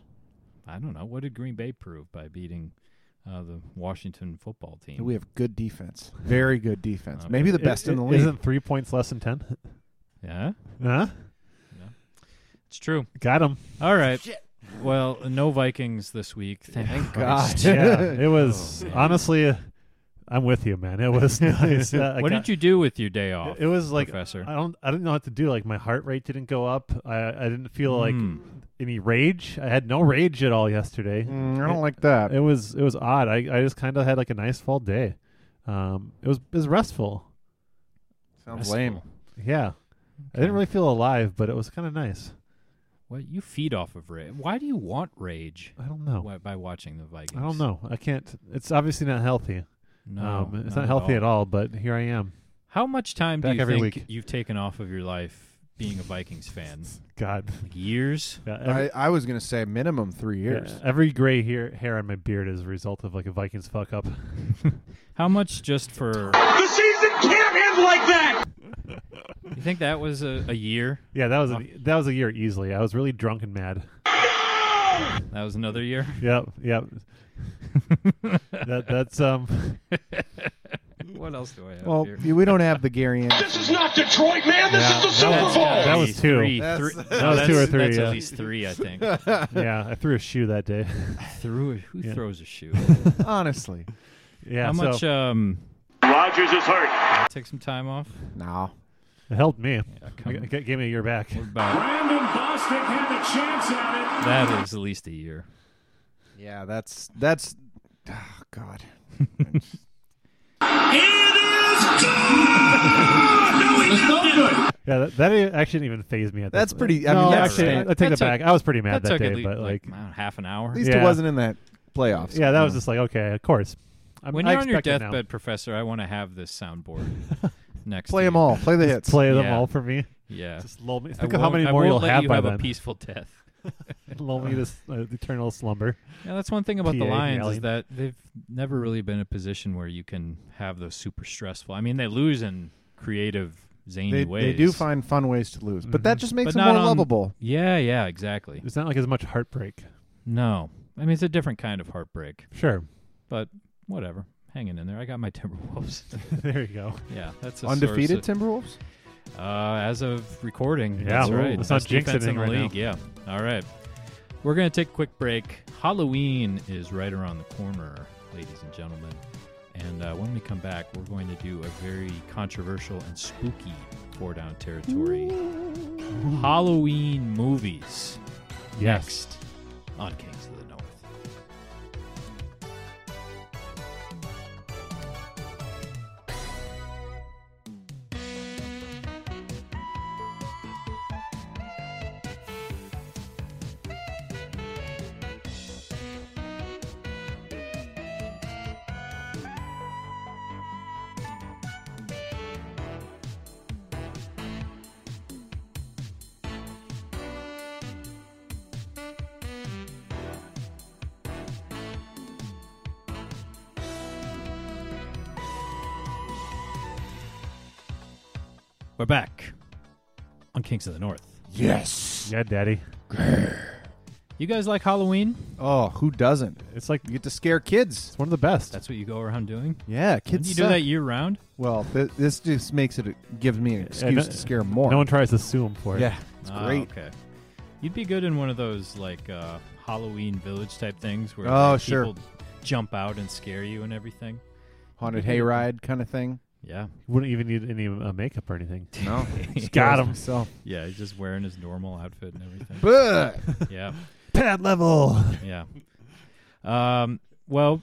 Speaker 3: I don't know. What did Green Bay prove by beating uh, the Washington football team?
Speaker 2: We have good defense, very good defense,
Speaker 3: Okay.
Speaker 2: maybe the
Speaker 1: It-
Speaker 2: best in the
Speaker 1: it-
Speaker 2: league.
Speaker 1: Isn't three points less than ten?
Speaker 3: yeah,
Speaker 1: Huh?
Speaker 3: it's true.
Speaker 1: Got
Speaker 2: [laughs]
Speaker 1: him.
Speaker 3: All right. Well, no Vikings this week. Thank,
Speaker 2: God. [laughs]
Speaker 3: Christ.
Speaker 1: yeah, it
Speaker 2: Oh,
Speaker 1: was honestly. uh, I'm with you, man. It
Speaker 2: [laughs]
Speaker 1: was nice. Uh, I
Speaker 3: What
Speaker 1: got-
Speaker 3: did you do with your day off?
Speaker 1: It was like
Speaker 3: Professor?
Speaker 1: I don't. I didn't know what to do. Like my heart rate didn't go up. I I didn't feel like
Speaker 3: Hmm.
Speaker 1: any rage. I had no rage at all yesterday.
Speaker 2: Mm, I don't like that.
Speaker 1: It was it was odd. I I just kind of had like a nice fall day. Um, it was it was restful.
Speaker 2: Sounds lame.
Speaker 3: Restful.
Speaker 1: Yeah. I didn't really feel alive, but it was kind of nice.
Speaker 3: What you feed off of rage? Why do you want rage?
Speaker 1: I don't know.
Speaker 3: Why, by watching the Vikings?
Speaker 1: I don't know. I can't. It's obviously not healthy.
Speaker 3: No,
Speaker 1: um, it's not, healthy at all. But here I am.
Speaker 3: How much time
Speaker 1: Back
Speaker 3: do you
Speaker 1: every
Speaker 3: think
Speaker 1: week.
Speaker 3: you've taken off of your life being a Vikings
Speaker 1: [laughs]
Speaker 3: fan?
Speaker 1: God.
Speaker 3: Like years?
Speaker 1: Yeah, every,
Speaker 2: I, I was gonna say minimum three years.
Speaker 1: yeah, every gray hair hair on my beard is a result of like a Vikings fuck up.
Speaker 3: How much just for?
Speaker 5: The season can't end like that!
Speaker 3: [laughs] You think that was a, a year?
Speaker 1: [laughs] yeah, that was a, that was a year easily. I was really drunk and mad.
Speaker 3: That was
Speaker 1: [laughs]
Speaker 3: another year.
Speaker 1: Yep. Yep. that that's
Speaker 3: [laughs]
Speaker 1: um.
Speaker 3: what else do I have
Speaker 2: Well,
Speaker 3: here?
Speaker 2: y- we don't have the Gary Anderson.
Speaker 5: This is not Detroit, man! This
Speaker 1: Yeah,
Speaker 5: is the
Speaker 1: that
Speaker 5: Super
Speaker 1: was-
Speaker 5: Bowl!
Speaker 1: yeah, that was
Speaker 3: Three-
Speaker 1: two.
Speaker 3: three-
Speaker 2: That's-
Speaker 1: [laughs]
Speaker 3: three-
Speaker 2: That
Speaker 3: no,
Speaker 1: was
Speaker 3: that's-
Speaker 1: two or three,
Speaker 3: That's
Speaker 1: yeah.
Speaker 3: at least three, I think.
Speaker 1: [laughs] yeah, I threw a shoe that
Speaker 3: [laughs]
Speaker 1: day.
Speaker 3: Threw a, who
Speaker 1: [laughs] Yeah.
Speaker 3: throws a shoe?
Speaker 2: Honestly,
Speaker 1: Yeah.
Speaker 3: How
Speaker 1: so
Speaker 3: much? Um,
Speaker 5: Rogers is hurt.
Speaker 3: take some time off.
Speaker 2: no.
Speaker 1: it helped me.
Speaker 3: come-
Speaker 1: It g- gave me a year back.
Speaker 3: What about
Speaker 6: Brandon Bostic had a chance at it.
Speaker 3: that? Is at least a year.
Speaker 2: Yeah, that's that's. Oh God.
Speaker 6: [laughs] It's no good.
Speaker 1: Yeah, that, that i- actually didn't even phase me at that.
Speaker 2: That's pretty- I
Speaker 1: no,
Speaker 2: mean, that's
Speaker 1: actually,
Speaker 2: right.
Speaker 1: I, I take
Speaker 3: That
Speaker 1: it
Speaker 3: took-
Speaker 1: back. I was pretty mad
Speaker 3: that
Speaker 1: that
Speaker 3: took at
Speaker 1: day,
Speaker 3: least
Speaker 1: but like,
Speaker 3: like, I don't know, half an hour.
Speaker 2: At least
Speaker 1: Yeah.
Speaker 2: it wasn't in that playoffs.
Speaker 1: yeah, that was just like okay, of course. I mean,
Speaker 3: When
Speaker 1: I
Speaker 3: you're on your
Speaker 1: expect it now. [laughs]
Speaker 3: deathbed, Professor, I want to have this soundboard next.
Speaker 2: play
Speaker 3: to
Speaker 2: them
Speaker 3: you.
Speaker 2: all. Play the hits.
Speaker 1: play them
Speaker 3: Yeah.
Speaker 1: all for me.
Speaker 3: Yeah.
Speaker 1: Just lull me.
Speaker 3: I
Speaker 1: Think of how
Speaker 3: won't-
Speaker 1: many
Speaker 3: I
Speaker 1: more
Speaker 3: won't
Speaker 1: you'll
Speaker 3: let
Speaker 1: have
Speaker 3: you
Speaker 1: by
Speaker 3: have
Speaker 1: then.
Speaker 3: a peaceful death.
Speaker 1: [laughs] lull me to s- uh, eternal slumber.
Speaker 3: Yeah, that's one thing about the
Speaker 1: PA
Speaker 3: Lions
Speaker 1: rally.
Speaker 3: is that they've never really been in a position where you can have those super stressful. I mean, they lose in creative, zany
Speaker 2: They,
Speaker 3: ways.
Speaker 2: they do find fun ways to lose, but
Speaker 1: Mm-hmm.
Speaker 2: that just makes
Speaker 3: But
Speaker 2: them
Speaker 3: not
Speaker 2: more
Speaker 3: on-
Speaker 2: lovable.
Speaker 3: Yeah, yeah, exactly.
Speaker 1: It's not like as much heartbreak.
Speaker 3: No, I mean it's a different kind of heartbreak,
Speaker 1: Sure.
Speaker 3: but whatever. Hanging in there. I got my Timberwolves.
Speaker 1: [laughs]
Speaker 3: [laughs]
Speaker 1: there you go.
Speaker 3: yeah, that's a source
Speaker 2: Undefeated
Speaker 3: of-
Speaker 2: Timberwolves.
Speaker 3: uh, as of recording.
Speaker 1: Yeah,
Speaker 3: that's
Speaker 1: ooh,
Speaker 3: right.
Speaker 1: let's not
Speaker 3: Best
Speaker 1: jinx
Speaker 3: defense in the
Speaker 1: anything right
Speaker 3: league. Yeah. All right. We're gonna take a quick break. Halloween is right around the corner, ladies and gentlemen. And uh, when we come back, we're going to do a very controversial and spooky four down territory. Halloween movies
Speaker 1: Yes.
Speaker 3: next on Kings of the North. We're back on Kings of the North.
Speaker 2: Yes.
Speaker 1: Yeah, Daddy.
Speaker 3: You guys like Halloween?
Speaker 2: Oh, who doesn't?
Speaker 1: It's like
Speaker 2: You get to scare kids.
Speaker 1: it's one of the best.
Speaker 3: That's what you go around doing.
Speaker 2: Yeah,
Speaker 3: Did
Speaker 2: kids.
Speaker 3: you do
Speaker 2: suck.
Speaker 1: uh,
Speaker 3: that year round?
Speaker 2: Well, th- this just makes it gives me an excuse
Speaker 1: no-
Speaker 2: to scare more.
Speaker 1: no one tries to sue him for it.
Speaker 2: yeah, it's
Speaker 3: Ah,
Speaker 2: great.
Speaker 3: Okay. You'd be good in one of those like uh, Halloween village type things where
Speaker 2: Oh,
Speaker 3: like,
Speaker 2: sure.
Speaker 3: people jump out and scare you and everything.
Speaker 2: Haunted hayride kind of thing.
Speaker 3: Yeah.
Speaker 1: Wouldn't even need any uh, makeup or anything.
Speaker 2: [laughs]
Speaker 1: [laughs]
Speaker 2: No,
Speaker 1: Got
Speaker 2: [laughs]
Speaker 1: him.
Speaker 2: So,
Speaker 3: Yeah, he's just wearing his normal outfit and everything.
Speaker 2: but
Speaker 3: [laughs]
Speaker 2: [laughs]
Speaker 3: yeah.
Speaker 1: Pad level.
Speaker 3: Yeah. Um, well,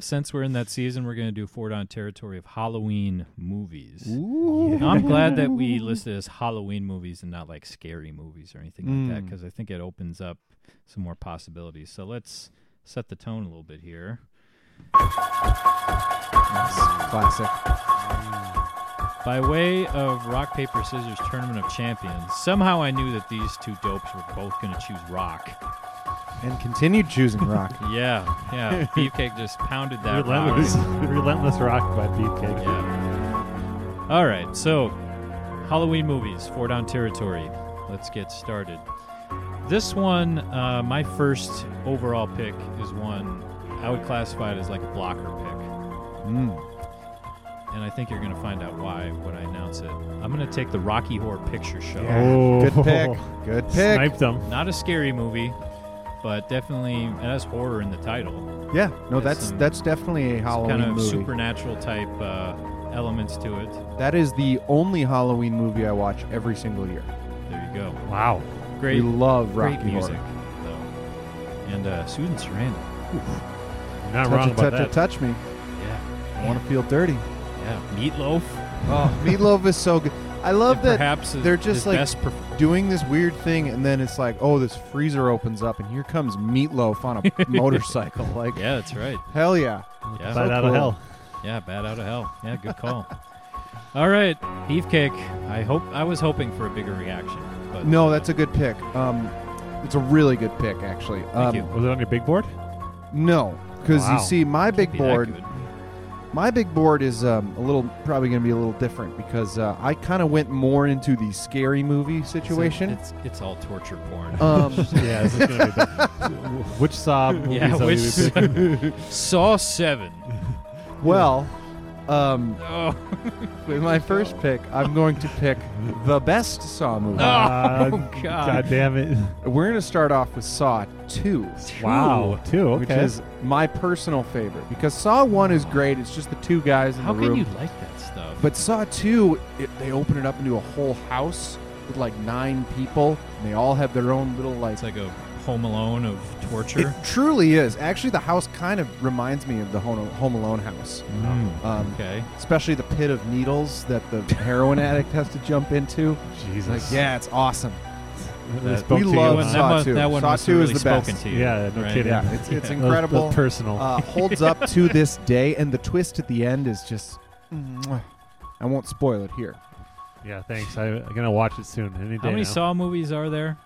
Speaker 3: since we're in that season, we're going to do four down territory of Halloween movies. Now, I'm glad that
Speaker 2: [laughs]
Speaker 3: we listed as Halloween movies and not like scary movies or anything like
Speaker 2: Mm.
Speaker 3: that because I think it opens up some more possibilities. So let's set the tone a little bit here.
Speaker 2: classic.
Speaker 3: By way of Rock, Paper, Scissors Tournament of Champions, somehow I knew that these two dopes were both going to choose rock.
Speaker 2: And continued choosing rock.
Speaker 3: Yeah, yeah. Beefcake just pounded that
Speaker 1: [laughs]
Speaker 3: rock.
Speaker 1: Relentless, [laughs] relentless rock by Beefcake.
Speaker 3: Yeah. All right, so Halloween movies, four down territory. Let's get started. This one, uh, my first overall pick is one I would classify it as like a blocker pick,
Speaker 2: Mm.
Speaker 3: and I think you're going to find out why when I announce it. I'm going to take the Rocky Horror Picture Show.
Speaker 1: [laughs] Oh.
Speaker 2: Good pick. Good pick.
Speaker 1: Sniped him.
Speaker 3: Not a scary movie, but definitely it has horror in the title.
Speaker 2: Yeah. No,
Speaker 3: That's
Speaker 2: that's
Speaker 3: some-
Speaker 2: that's definitely a Halloween
Speaker 3: kind of
Speaker 2: movie.
Speaker 3: supernatural type uh, elements to it.
Speaker 2: that is the only Halloween movie I watch every single year.
Speaker 3: There you go.
Speaker 1: Wow.
Speaker 3: Great
Speaker 2: we love Rocky
Speaker 3: great music,
Speaker 2: Horror.
Speaker 3: though. And uh, Susan Sarandon.
Speaker 1: You're not
Speaker 2: Touch
Speaker 1: wrong
Speaker 2: it,
Speaker 1: about
Speaker 2: touch it,
Speaker 1: that.
Speaker 2: touch me.
Speaker 3: Yeah.
Speaker 2: I want to feel dirty.
Speaker 3: Yeah, meatloaf.
Speaker 2: Oh, meatloaf is so good. I love
Speaker 3: And
Speaker 2: that
Speaker 3: perhaps his-
Speaker 2: they're just
Speaker 3: his
Speaker 2: like
Speaker 3: best perf-
Speaker 2: doing this weird thing, and then it's like, oh, this freezer opens up, and here comes meatloaf on a
Speaker 3: [laughs]
Speaker 2: motorcycle. Like,
Speaker 3: Yeah, that's right.
Speaker 2: hell yeah.
Speaker 3: Yeah,
Speaker 1: Bad out of
Speaker 2: cool.
Speaker 1: hell.
Speaker 3: yeah, bad out of hell. Yeah, good call. All right, Beefcake. I hope I was hoping for a bigger reaction, but
Speaker 2: No, that's a good pick. Um, it's a really good pick, actually. um,
Speaker 3: you.
Speaker 1: Was it on your big
Speaker 2: [laughs]
Speaker 1: board?
Speaker 2: No, because
Speaker 1: Wow.
Speaker 2: you see, my big
Speaker 3: be that
Speaker 2: board,
Speaker 3: good.
Speaker 2: my big board is um, a little probably going to be a little different because uh, I kind of went more into the scary movie situation.
Speaker 3: It's, it's, it's all torture porn. [laughs]
Speaker 2: um,
Speaker 1: Yeah, this is gonna be
Speaker 2: [laughs]
Speaker 1: bad. which Saw movies
Speaker 3: yeah,
Speaker 1: are
Speaker 3: which
Speaker 1: we picking?
Speaker 3: Saw Seven.
Speaker 2: well, um,
Speaker 3: Oh,
Speaker 2: with my first pick, I'm going to pick the best Saw movie.
Speaker 1: Uh,
Speaker 3: Oh, [laughs] God.
Speaker 1: God damn it!
Speaker 2: We're going to start off with Saw Two.
Speaker 1: Wow, two. Okay.
Speaker 2: Which is my personal favorite because Saw One is great. It's just the two guys in
Speaker 3: how
Speaker 2: the
Speaker 3: can
Speaker 2: room.
Speaker 3: you like that stuff?
Speaker 2: But Saw 2, it, they open it up into a whole house with like nine people, and they all have their own little like.
Speaker 3: it's like a Home Alone of torture.
Speaker 2: it truly is. Actually, the house kind of reminds me of the Home, Home Alone house,
Speaker 3: Mm,
Speaker 2: um,
Speaker 3: okay.
Speaker 2: especially the pit of needles that the heroin addict has to jump into. It's
Speaker 1: Jesus.
Speaker 2: like, yeah, it's awesome.
Speaker 1: They spoke
Speaker 2: we
Speaker 1: to you
Speaker 2: love
Speaker 1: on-
Speaker 3: that
Speaker 2: Saw
Speaker 3: must-
Speaker 2: two.
Speaker 3: That one
Speaker 2: Saw
Speaker 3: must
Speaker 2: two
Speaker 3: have
Speaker 2: is
Speaker 3: really
Speaker 2: the best.
Speaker 3: spoken to you.
Speaker 1: Yeah, no
Speaker 3: right?
Speaker 1: kidding.
Speaker 2: Yeah, it's, it's
Speaker 1: That was-
Speaker 2: incredible.
Speaker 1: that's personal.
Speaker 2: Uh, holds up to this day, and the twist at the end is just. mwah. I won't spoil it here.
Speaker 1: yeah, thanks. I, I'm gonna watch it soon. Any day
Speaker 3: How
Speaker 1: now.
Speaker 3: many Saw movies are there?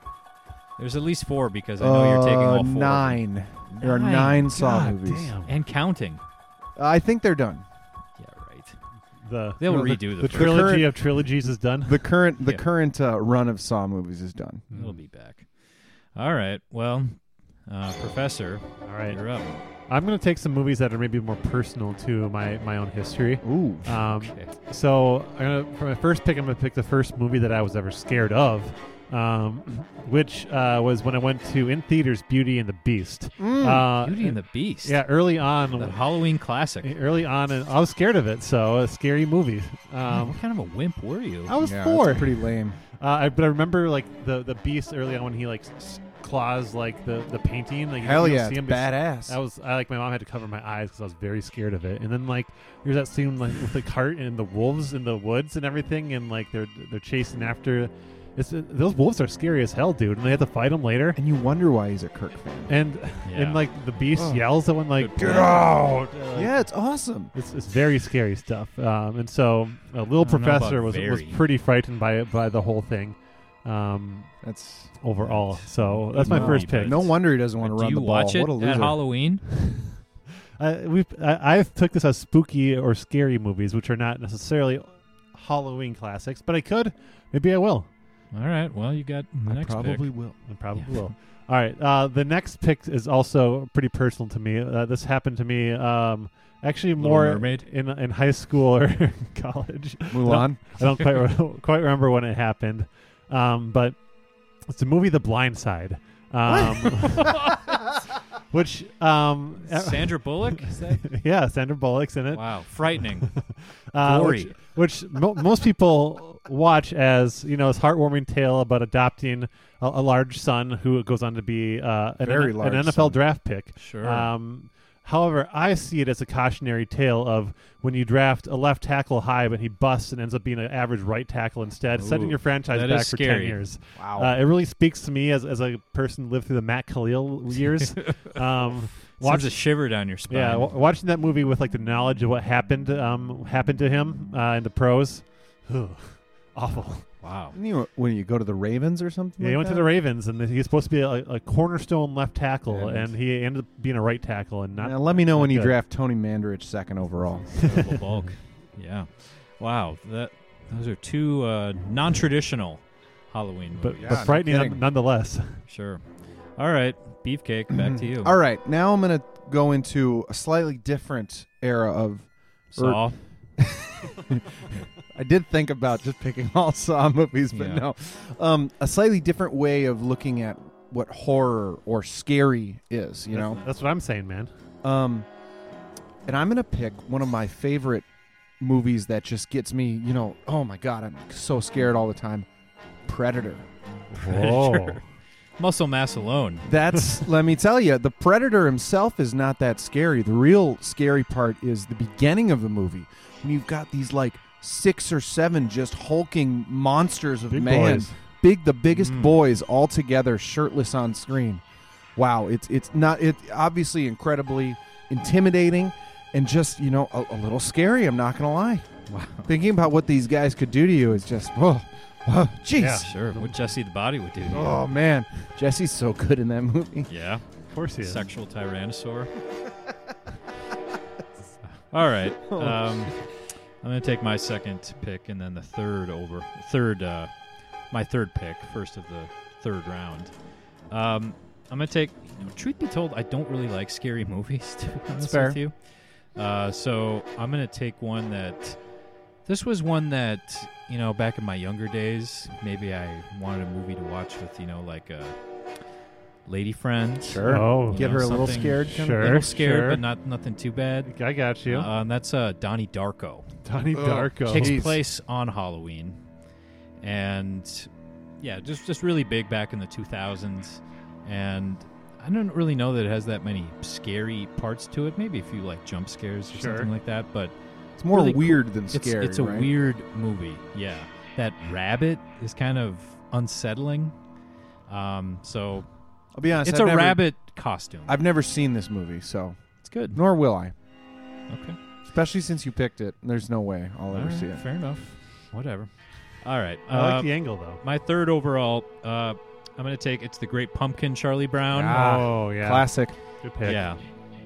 Speaker 3: There's at least four because I know you're taking
Speaker 2: Uh,
Speaker 3: all four.
Speaker 2: Nine. There are
Speaker 3: Nine.
Speaker 2: nine Saw
Speaker 1: God
Speaker 2: movies. Uh,
Speaker 1: damn.
Speaker 3: And counting.
Speaker 2: I think they're done.
Speaker 3: Yeah, right.
Speaker 1: The
Speaker 3: They'll
Speaker 2: No, the-
Speaker 3: redo the,
Speaker 1: the
Speaker 3: first-
Speaker 1: trilogy
Speaker 2: current-
Speaker 1: of trilogies is
Speaker 3: [laughs]
Speaker 1: done.
Speaker 2: The current the
Speaker 3: Yeah.
Speaker 2: current uh, run of Saw movies is done.
Speaker 1: Hmm.
Speaker 3: It'll be back. All right. Well, uh, Professor,
Speaker 1: All right.
Speaker 3: you're up.
Speaker 1: I'm gonna take some movies that are maybe more personal to my my own history.
Speaker 2: Ooh,
Speaker 1: Um,
Speaker 3: Okay.
Speaker 1: So I'm gonna for my first pick, I'm gonna pick the first movie that I was ever scared of, um, which uh, was when I went to in theaters Beauty and the Beast. uh,
Speaker 3: Mm, Beauty and the Beast.
Speaker 1: yeah, early
Speaker 3: The
Speaker 1: on,
Speaker 3: Halloween classic.
Speaker 1: early on, and I was scared of it. So a scary movie. Um,
Speaker 2: [laughs]
Speaker 3: what kind of a wimp were you?
Speaker 1: I was
Speaker 2: yeah,
Speaker 1: four.
Speaker 2: That's pretty lame.
Speaker 1: Uh, I, but I remember like the the beast early on when he like s- s- claws like the the painting. Like you
Speaker 2: [laughs] Hell
Speaker 1: don't
Speaker 2: yeah,
Speaker 1: see
Speaker 2: it's
Speaker 1: him, but
Speaker 2: badass.
Speaker 1: I was I like my mom had to cover my eyes because I was very scared of it. And then like there's that scene like with the cart and the wolves in the woods and everything, and like they're they're chasing after. It's those wolves are scary as hell, dude. And they have to fight them later.
Speaker 2: and you wonder why he's a Kirk fan.
Speaker 1: And
Speaker 3: Yeah.
Speaker 1: and like the beast
Speaker 2: Ugh.
Speaker 1: yells at one like
Speaker 3: Good
Speaker 1: get
Speaker 3: point.
Speaker 1: out. Uh,
Speaker 2: yeah, it's awesome.
Speaker 1: It's, it's very scary stuff. Um, and so a little
Speaker 3: I don't know about
Speaker 1: professor was was
Speaker 3: very.
Speaker 1: pretty frightened by it by the whole thing. Um,
Speaker 2: That's
Speaker 1: overall. So that's my
Speaker 2: No.
Speaker 1: first pick.
Speaker 2: no wonder he doesn't want to
Speaker 3: Do
Speaker 2: run
Speaker 3: you
Speaker 2: the ball.
Speaker 3: watch
Speaker 2: what a
Speaker 3: it
Speaker 2: loser!
Speaker 3: at Halloween?
Speaker 1: I, we've I, I've took this as spooky or scary movies, which are not necessarily Halloween classics, but I could. Maybe I will.
Speaker 3: All right. Well, you got the
Speaker 2: I
Speaker 3: next
Speaker 2: probably
Speaker 3: pick.
Speaker 2: will.
Speaker 1: I probably
Speaker 3: Yeah.
Speaker 1: will. All right. Uh, the next pick is also pretty personal to me. Uh, this happened to me. Um, actually,
Speaker 3: Little
Speaker 1: more
Speaker 3: Mermaid?
Speaker 1: in in high school or [laughs] college.
Speaker 2: Mulan.
Speaker 1: I don't quite re- [laughs] quite remember when it happened, um, but it's the movie The Blind Side, um, [laughs] which um,
Speaker 3: Sandra Bullock. Is that?
Speaker 1: [laughs] yeah, Sandra Bullock's in it.
Speaker 3: Wow,
Speaker 1: [laughs]
Speaker 3: frightening.
Speaker 1: Uh,
Speaker 3: Glory.
Speaker 1: Which, which mo- most people watch as you know, this heartwarming tale about adopting a, a large son who goes on to be uh, an,
Speaker 2: Very
Speaker 1: an
Speaker 2: large
Speaker 1: NFL
Speaker 2: son.
Speaker 1: draft pick.
Speaker 3: Sure.
Speaker 1: Um, however, I see it as a cautionary tale of when you draft a left tackle high, but he busts and ends up being an average right tackle instead, setting your franchise
Speaker 3: that is
Speaker 1: back for ten
Speaker 3: scary.
Speaker 1: years.
Speaker 2: Wow.
Speaker 1: Uh, it really speaks to me as, as a person who lived through the Matt Khalil years. um,
Speaker 3: Watch
Speaker 1: watch-
Speaker 3: a shiver down your spine.
Speaker 1: yeah, w- watching that movie with like the knowledge of what happened um, happened to him uh, in the pros, [sighs] Ugh,
Speaker 2: Oh
Speaker 1: awful.
Speaker 3: wow.
Speaker 2: Didn't you- when you go to the Ravens or something?
Speaker 1: Yeah, he
Speaker 2: like
Speaker 1: went to
Speaker 2: that?
Speaker 1: the Ravens, and he was supposed to be a, a cornerstone left tackle,
Speaker 2: Yeah,
Speaker 1: and he ended up being a right tackle, and not.
Speaker 2: Now, let me know
Speaker 1: not
Speaker 2: when you
Speaker 1: good.
Speaker 2: draft Tony Mandarich second overall.
Speaker 3: Double bulk. Yeah. Wow. That those are two uh, non-traditional Halloween
Speaker 1: but,
Speaker 3: movies.
Speaker 2: Yeah,
Speaker 1: but
Speaker 2: no
Speaker 1: frightening
Speaker 2: kidding.
Speaker 1: nonetheless.
Speaker 3: sure. All right, beefcake.
Speaker 2: [laughs]
Speaker 3: Back to you.
Speaker 1: er
Speaker 2: All right, now I'm going to go into a slightly different era of
Speaker 3: Saw.
Speaker 2: I did think about just picking all [laughs] Saw movies, but
Speaker 3: Yeah.
Speaker 2: no. Um, a slightly different way of looking at what horror or scary is, you know?
Speaker 1: [laughs] That's what I'm saying, man.
Speaker 2: Um, and I'm going to pick one of my favorite movies that just gets me, you know,
Speaker 1: [laughs]
Speaker 2: oh my God, I'm so scared all the time Predator.
Speaker 1: Whoa,
Speaker 3: muscle mass alone.
Speaker 1: [laughs]
Speaker 2: That's let me tell you, the predator himself is not that scary. The real scary part is the beginning of the movie when you've got these like six or seven just hulking monsters of
Speaker 1: Big
Speaker 2: man,
Speaker 1: boys. Mm.
Speaker 2: big the biggest boys all together, shirtless on screen. Wow, it's it's not it obviously incredibly intimidating and just you know a, a little scary. I'm not gonna lie.
Speaker 3: Wow.
Speaker 2: Thinking about what these guys could do to you is just whoa, whoa, jeez.
Speaker 1: Yeah.
Speaker 3: Sure. What Jesse the Body would do. to you.
Speaker 2: Oh man, Jesse's so good in that movie.
Speaker 3: Yeah.
Speaker 1: Of course he is.
Speaker 3: Sexual tyrannosaur. All right. Um, I'm going to take my second pick and then the third over. Third, uh, my third pick, first of the third round. Um, I'm going to take, you know, truth be told, I don't really like scary [laughs] movies, to be honest
Speaker 2: fair.
Speaker 3: with you. Uh, so I'm going to take one that. This was one that, you know, back in my younger days, maybe I wanted a movie to watch with, you know, like a lady friend.
Speaker 2: Sure.
Speaker 1: Oh,
Speaker 2: Get her a little
Speaker 3: Something-
Speaker 2: scared. Kind
Speaker 1: sure.
Speaker 2: Of
Speaker 3: A little scared,
Speaker 1: sure.
Speaker 3: but not nothing too bad.
Speaker 1: I got you. Oh,
Speaker 3: Uh, and that's uh, Donnie Darko.
Speaker 1: Donnie
Speaker 2: Ugh.
Speaker 1: Darko.
Speaker 3: Takes
Speaker 2: oh, Jeez.
Speaker 3: place on Halloween, and yeah, just just really big back in the 2000s. And I don't really know that it has that many scary parts to it. Maybe a few like jump scares or
Speaker 1: Sure.
Speaker 3: something like that. But
Speaker 2: It's more
Speaker 3: really cool.
Speaker 2: weird than
Speaker 3: it's
Speaker 2: scary.
Speaker 3: it's a
Speaker 2: right?
Speaker 3: weird movie. Yeah, that rabbit is kind of unsettling. Um, so
Speaker 2: I'll be honest.
Speaker 3: it's
Speaker 2: I've
Speaker 3: a
Speaker 2: never-
Speaker 3: rabbit costume.
Speaker 2: I've never seen this movie, so
Speaker 3: it's good.
Speaker 2: nor will I.
Speaker 3: Okay.
Speaker 2: Especially since you picked it. There's no way I'll ever
Speaker 3: All
Speaker 2: see
Speaker 3: right,
Speaker 2: it.
Speaker 3: Fair enough. Whatever. All right.
Speaker 1: I
Speaker 3: uh,
Speaker 1: like the angle though.
Speaker 3: my third overall, uh, I'm going to take it's the Great Pumpkin, Charlie Brown.
Speaker 2: Ah,
Speaker 1: oh yeah,
Speaker 2: Classic.
Speaker 1: Good pick.
Speaker 3: yeah.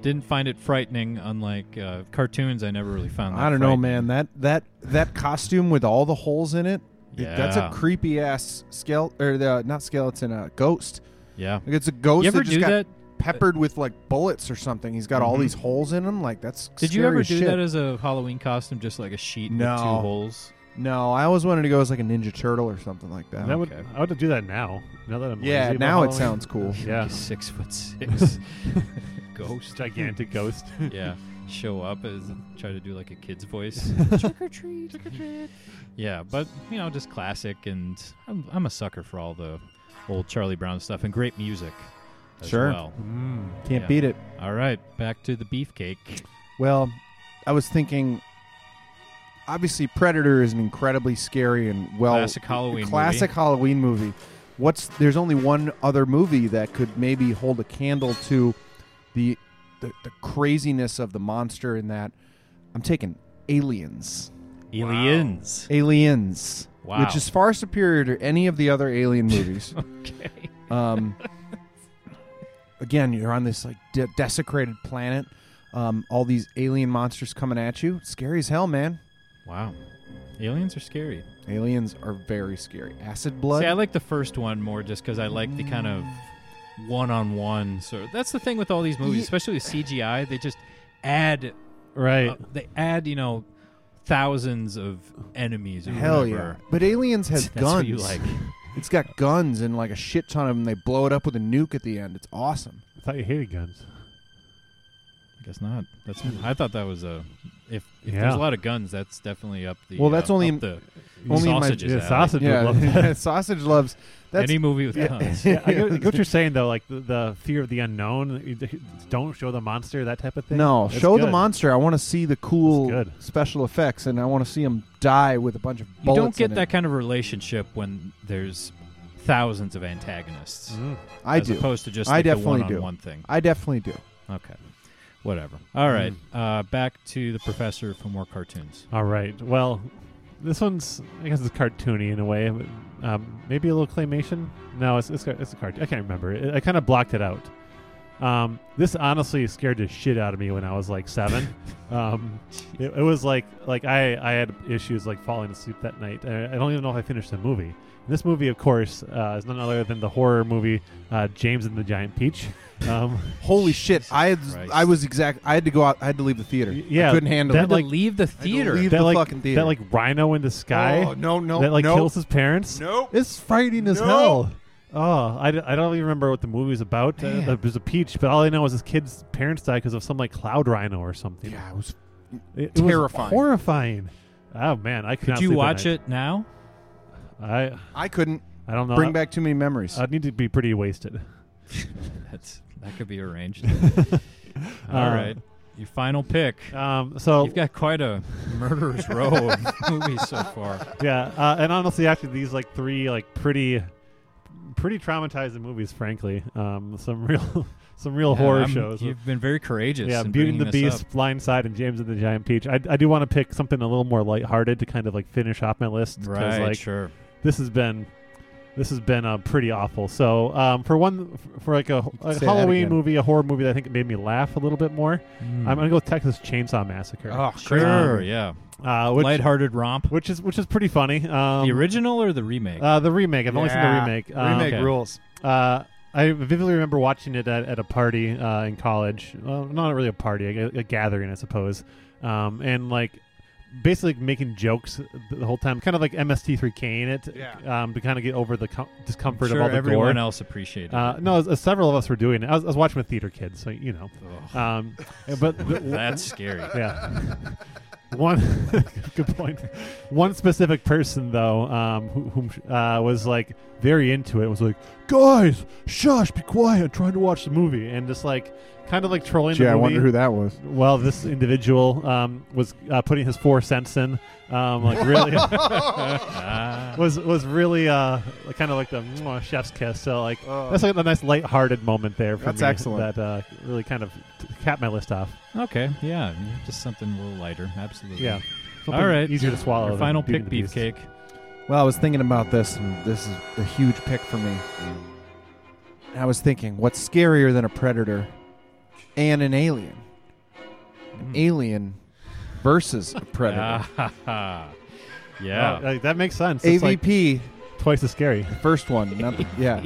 Speaker 3: Didn't find it frightening, unlike uh, cartoons. I never really found. That
Speaker 2: I don't know, man.
Speaker 3: frightening.
Speaker 2: That that that costume with all the holes in it. it- that's a
Speaker 3: Yeah.
Speaker 2: creepy ass skeleton, or the, not skeleton, a ghost.
Speaker 3: Yeah.
Speaker 2: Like it's a ghost
Speaker 3: You ever
Speaker 2: that just
Speaker 3: do
Speaker 2: got
Speaker 3: that? Mm-hmm.
Speaker 2: peppered with like bullets or something. He's got all these holes in him. Like that's.
Speaker 3: Did you
Speaker 2: scary
Speaker 3: ever
Speaker 2: as
Speaker 3: do
Speaker 2: shit.
Speaker 3: that as a Halloween costume, just like a sheet
Speaker 2: No.
Speaker 3: with two holes?
Speaker 2: no, I always wanted to go as like a Ninja Turtle or something like that.
Speaker 1: That would
Speaker 3: Okay.
Speaker 1: I would do that now. Now that I'm
Speaker 2: yeah,
Speaker 1: lazy about
Speaker 2: now it
Speaker 1: Halloween.
Speaker 2: sounds cool.
Speaker 1: Yeah.
Speaker 3: Like a six
Speaker 2: [laughs]
Speaker 3: foot six [laughs]
Speaker 1: [laughs]
Speaker 3: ghost.
Speaker 1: gigantic ghost.
Speaker 3: yeah, show up as try to do like a kid's voice. [laughs] trick or treat, [laughs] trick or treat. Yeah, but you know, just classic, and I'm, I'm a sucker for all the old Charlie Brown stuff and great music. As
Speaker 2: Sure.
Speaker 3: Well.
Speaker 1: Mm.
Speaker 2: Can't
Speaker 3: Yeah.
Speaker 2: beat it.
Speaker 3: All right, back to the beefcake.
Speaker 2: Well, I was thinking. Obviously, Predator is an incredibly scary and well
Speaker 3: Classic Halloween
Speaker 2: classic Halloween movie. What's there's only one other movie that could maybe hold a candle to the the, the craziness of the monster in that. I'm taking Aliens.
Speaker 3: movie. Aliens.
Speaker 2: Aliens,
Speaker 3: Wow.
Speaker 2: which is far superior to any of the other Alien
Speaker 3: [laughs]
Speaker 2: movies.
Speaker 3: Okay.
Speaker 2: Um, again, you're on this like de- desecrated planet. Um, all these alien monsters coming at you. Scary as hell, man.
Speaker 3: Wow. Aliens are scary.
Speaker 2: Aliens are very scary. Acid blood.
Speaker 3: See, I like the first one more just because I like the kind of one-on-one. So that's the thing with all these movies,
Speaker 2: Ye-
Speaker 3: especially with CGI. They just add
Speaker 1: Right.
Speaker 3: Uh, they add, you know, thousands of enemies. Or
Speaker 2: Hell yeah.
Speaker 3: whatever. [laughs]
Speaker 2: But aliens has
Speaker 3: That's
Speaker 2: guns.
Speaker 3: what you like.
Speaker 2: It's got guns and like a shit ton of them. They blow it up with a nuke at the end. It's awesome.
Speaker 1: I thought you hated guns.
Speaker 3: I guess not. That's.
Speaker 2: Hmm.
Speaker 3: I thought that was a. If, if
Speaker 1: Yeah.
Speaker 3: there's a lot of guns, that's definitely up the.
Speaker 2: Well, that's
Speaker 3: uh,
Speaker 2: only
Speaker 3: up
Speaker 2: in-
Speaker 3: the
Speaker 2: only in my-
Speaker 3: sausages.
Speaker 1: Yeah, sausage would
Speaker 3: alley.
Speaker 2: [laughs]
Speaker 1: love that.
Speaker 2: yeah, sausage loves. That's [laughs]
Speaker 3: Any movie with guns.
Speaker 1: yeah, I get, I get what you're saying though, like the, the fear of the unknown. you d- Don't show the monster, that type of thing.
Speaker 2: no.
Speaker 1: That's
Speaker 2: show the
Speaker 1: good.
Speaker 2: monster. I want to see the cool
Speaker 1: good.
Speaker 2: special effects, and I want to see them die with a bunch of
Speaker 3: You
Speaker 2: bullets.
Speaker 3: don't get
Speaker 2: in
Speaker 3: that
Speaker 2: it.
Speaker 3: kind of relationship when there's thousands of antagonists.
Speaker 1: Mm.
Speaker 2: I
Speaker 3: as
Speaker 2: do.
Speaker 3: opposed to just
Speaker 2: I
Speaker 3: like
Speaker 2: definitely
Speaker 3: the
Speaker 2: do.
Speaker 3: one-on-one thing.
Speaker 2: I definitely do.
Speaker 3: Okay. Whatever.
Speaker 2: Mm.
Speaker 3: All right. Uh, back to the professor for more cartoons.
Speaker 1: All right. Well, this one's I guess it's cartoony in a way. but, Um, maybe a little claymation. No, it's it's, it's a cartoon. I can't remember. I, I kind of blocked it out. Um, this honestly scared the shit out of me when I was like
Speaker 2: [laughs]
Speaker 1: seven. um, it, it was like like I, I had issues like falling asleep that night. I, I don't even know if I finished the movie. And this movie, of course, uh, is none other than the horror movie uh, James and the Giant Peach. Um,
Speaker 2: Holy shit! I had,
Speaker 3: Christ.
Speaker 2: I was exact. I had to go out. I had to leave the theater.
Speaker 1: Y- yeah,
Speaker 2: I couldn't handle
Speaker 1: that,
Speaker 2: it.
Speaker 3: To
Speaker 1: like-
Speaker 3: leave the
Speaker 2: [laughs]
Speaker 3: theater.
Speaker 2: leave-
Speaker 1: that
Speaker 2: the
Speaker 1: like
Speaker 2: fucking theater.
Speaker 1: that like rhino in the sky
Speaker 2: oh no no
Speaker 1: that like
Speaker 2: no.
Speaker 1: kills his parents.
Speaker 2: Nope.
Speaker 1: It's frightening as
Speaker 2: No.
Speaker 1: hell. Oh, I, d- I don't even remember what the movie was about. Uh,
Speaker 3: Man.
Speaker 1: it was a peach, but all I know is his kid's parents died because of some like cloud rhino or something.
Speaker 2: Yeah, it was
Speaker 1: It- it was
Speaker 2: terrifying.
Speaker 1: horrifying. Oh man, I could,
Speaker 3: Did you watch it now?
Speaker 1: I
Speaker 2: I couldn't.
Speaker 1: I don't know.
Speaker 2: Bring back too many memories.
Speaker 1: I'd need to be pretty wasted.
Speaker 3: That's that could
Speaker 1: [laughs]
Speaker 3: be arranged.
Speaker 1: Uh,
Speaker 3: All right, your final pick.
Speaker 1: Um, so
Speaker 3: You've got quite a murderer's row of
Speaker 1: [laughs]
Speaker 3: movies so far.
Speaker 1: yeah, uh, and honestly, actually, these like three like pretty, pretty traumatizing movies. Frankly, um, some [laughs] real, some real
Speaker 3: Yeah,
Speaker 1: horror
Speaker 3: I'm-
Speaker 1: shows.
Speaker 3: You've been very courageous.
Speaker 1: Yeah,
Speaker 3: in
Speaker 1: Beauty and the
Speaker 3: bringing this
Speaker 1: Beast,
Speaker 3: up.
Speaker 1: Blind Side, and James and the Giant Peach. I, I do want to pick something a little more lighthearted to kind of like finish off my list. 'cause,
Speaker 3: Right.
Speaker 1: Like,
Speaker 3: sure.
Speaker 1: This has been, this has been uh, pretty awful. So um, for one, f- for like a,
Speaker 2: can
Speaker 1: a
Speaker 2: say that
Speaker 1: Halloween
Speaker 2: again.
Speaker 1: movie, a horror movie that I think made me laugh a little bit more,
Speaker 3: Hmm.
Speaker 1: I'm gonna go with Texas Chainsaw Massacre.
Speaker 3: sure.
Speaker 1: Um,
Speaker 3: yeah.
Speaker 1: uh, which,
Speaker 3: Lighthearted romp.
Speaker 1: which is which is pretty funny. Um,
Speaker 3: the original or the remake?
Speaker 1: Uh, the remake. I've only seen the
Speaker 2: Yeah.
Speaker 1: remake. Um,
Speaker 2: Remake
Speaker 3: okay.
Speaker 2: rules.
Speaker 1: Uh, I vividly remember watching it at, at a party uh, in college. Well, not really a party, a, a gathering, I suppose. Um, and like basically making jokes the whole time, kind of like MST3K in it,
Speaker 2: Yeah.
Speaker 1: um, to kind of get over the com- discomfort
Speaker 3: sure
Speaker 1: of all the
Speaker 3: everyone
Speaker 1: gore.
Speaker 3: else appreciated.
Speaker 1: Uh,
Speaker 3: it.
Speaker 1: no, uh, several of us were doing it. I was, I was watching with theater kids, so you know.
Speaker 3: Ugh,
Speaker 1: Um, but
Speaker 3: [laughs] that's scary.
Speaker 1: yeah. One [laughs] good point. One specific person though, um, who, whom uh, was like very into it, was like, "Guys, shush, be quiet, I'm trying to watch the movie," and just like kind of like trolling
Speaker 2: Gee,
Speaker 1: the
Speaker 2: I
Speaker 1: movie.
Speaker 2: wonder who that was.
Speaker 1: well, this individual um, was uh, putting his four cents in, um, like
Speaker 2: [laughs]
Speaker 1: really [laughs]
Speaker 3: Ah,
Speaker 1: was was really uh, kind of like the mwah, chef's kiss. So like that's like a nice lighthearted moment there for
Speaker 2: Oh. That's
Speaker 1: me
Speaker 2: excellent.
Speaker 1: That uh, really kind of t- capped my list off.
Speaker 3: okay. Yeah. Just something a little lighter. Absolutely.
Speaker 1: Yeah.
Speaker 3: All right.
Speaker 1: Easier to swallow.
Speaker 3: Your
Speaker 1: than
Speaker 3: final
Speaker 1: Beauty
Speaker 3: pick,
Speaker 1: and the Beast.
Speaker 3: beefcake.
Speaker 2: Well, I was thinking about this, and this is a huge pick for me. And I was thinking, what's scarier than a predator and an alien?
Speaker 1: Hmm.
Speaker 2: An alien versus a predator.
Speaker 3: Ah,
Speaker 1: Yeah,
Speaker 3: yeah.
Speaker 1: like, Oh, that makes sense. It's like
Speaker 2: AVP,
Speaker 1: twice as scary.
Speaker 2: first one. Not the,
Speaker 1: [laughs]
Speaker 2: yeah.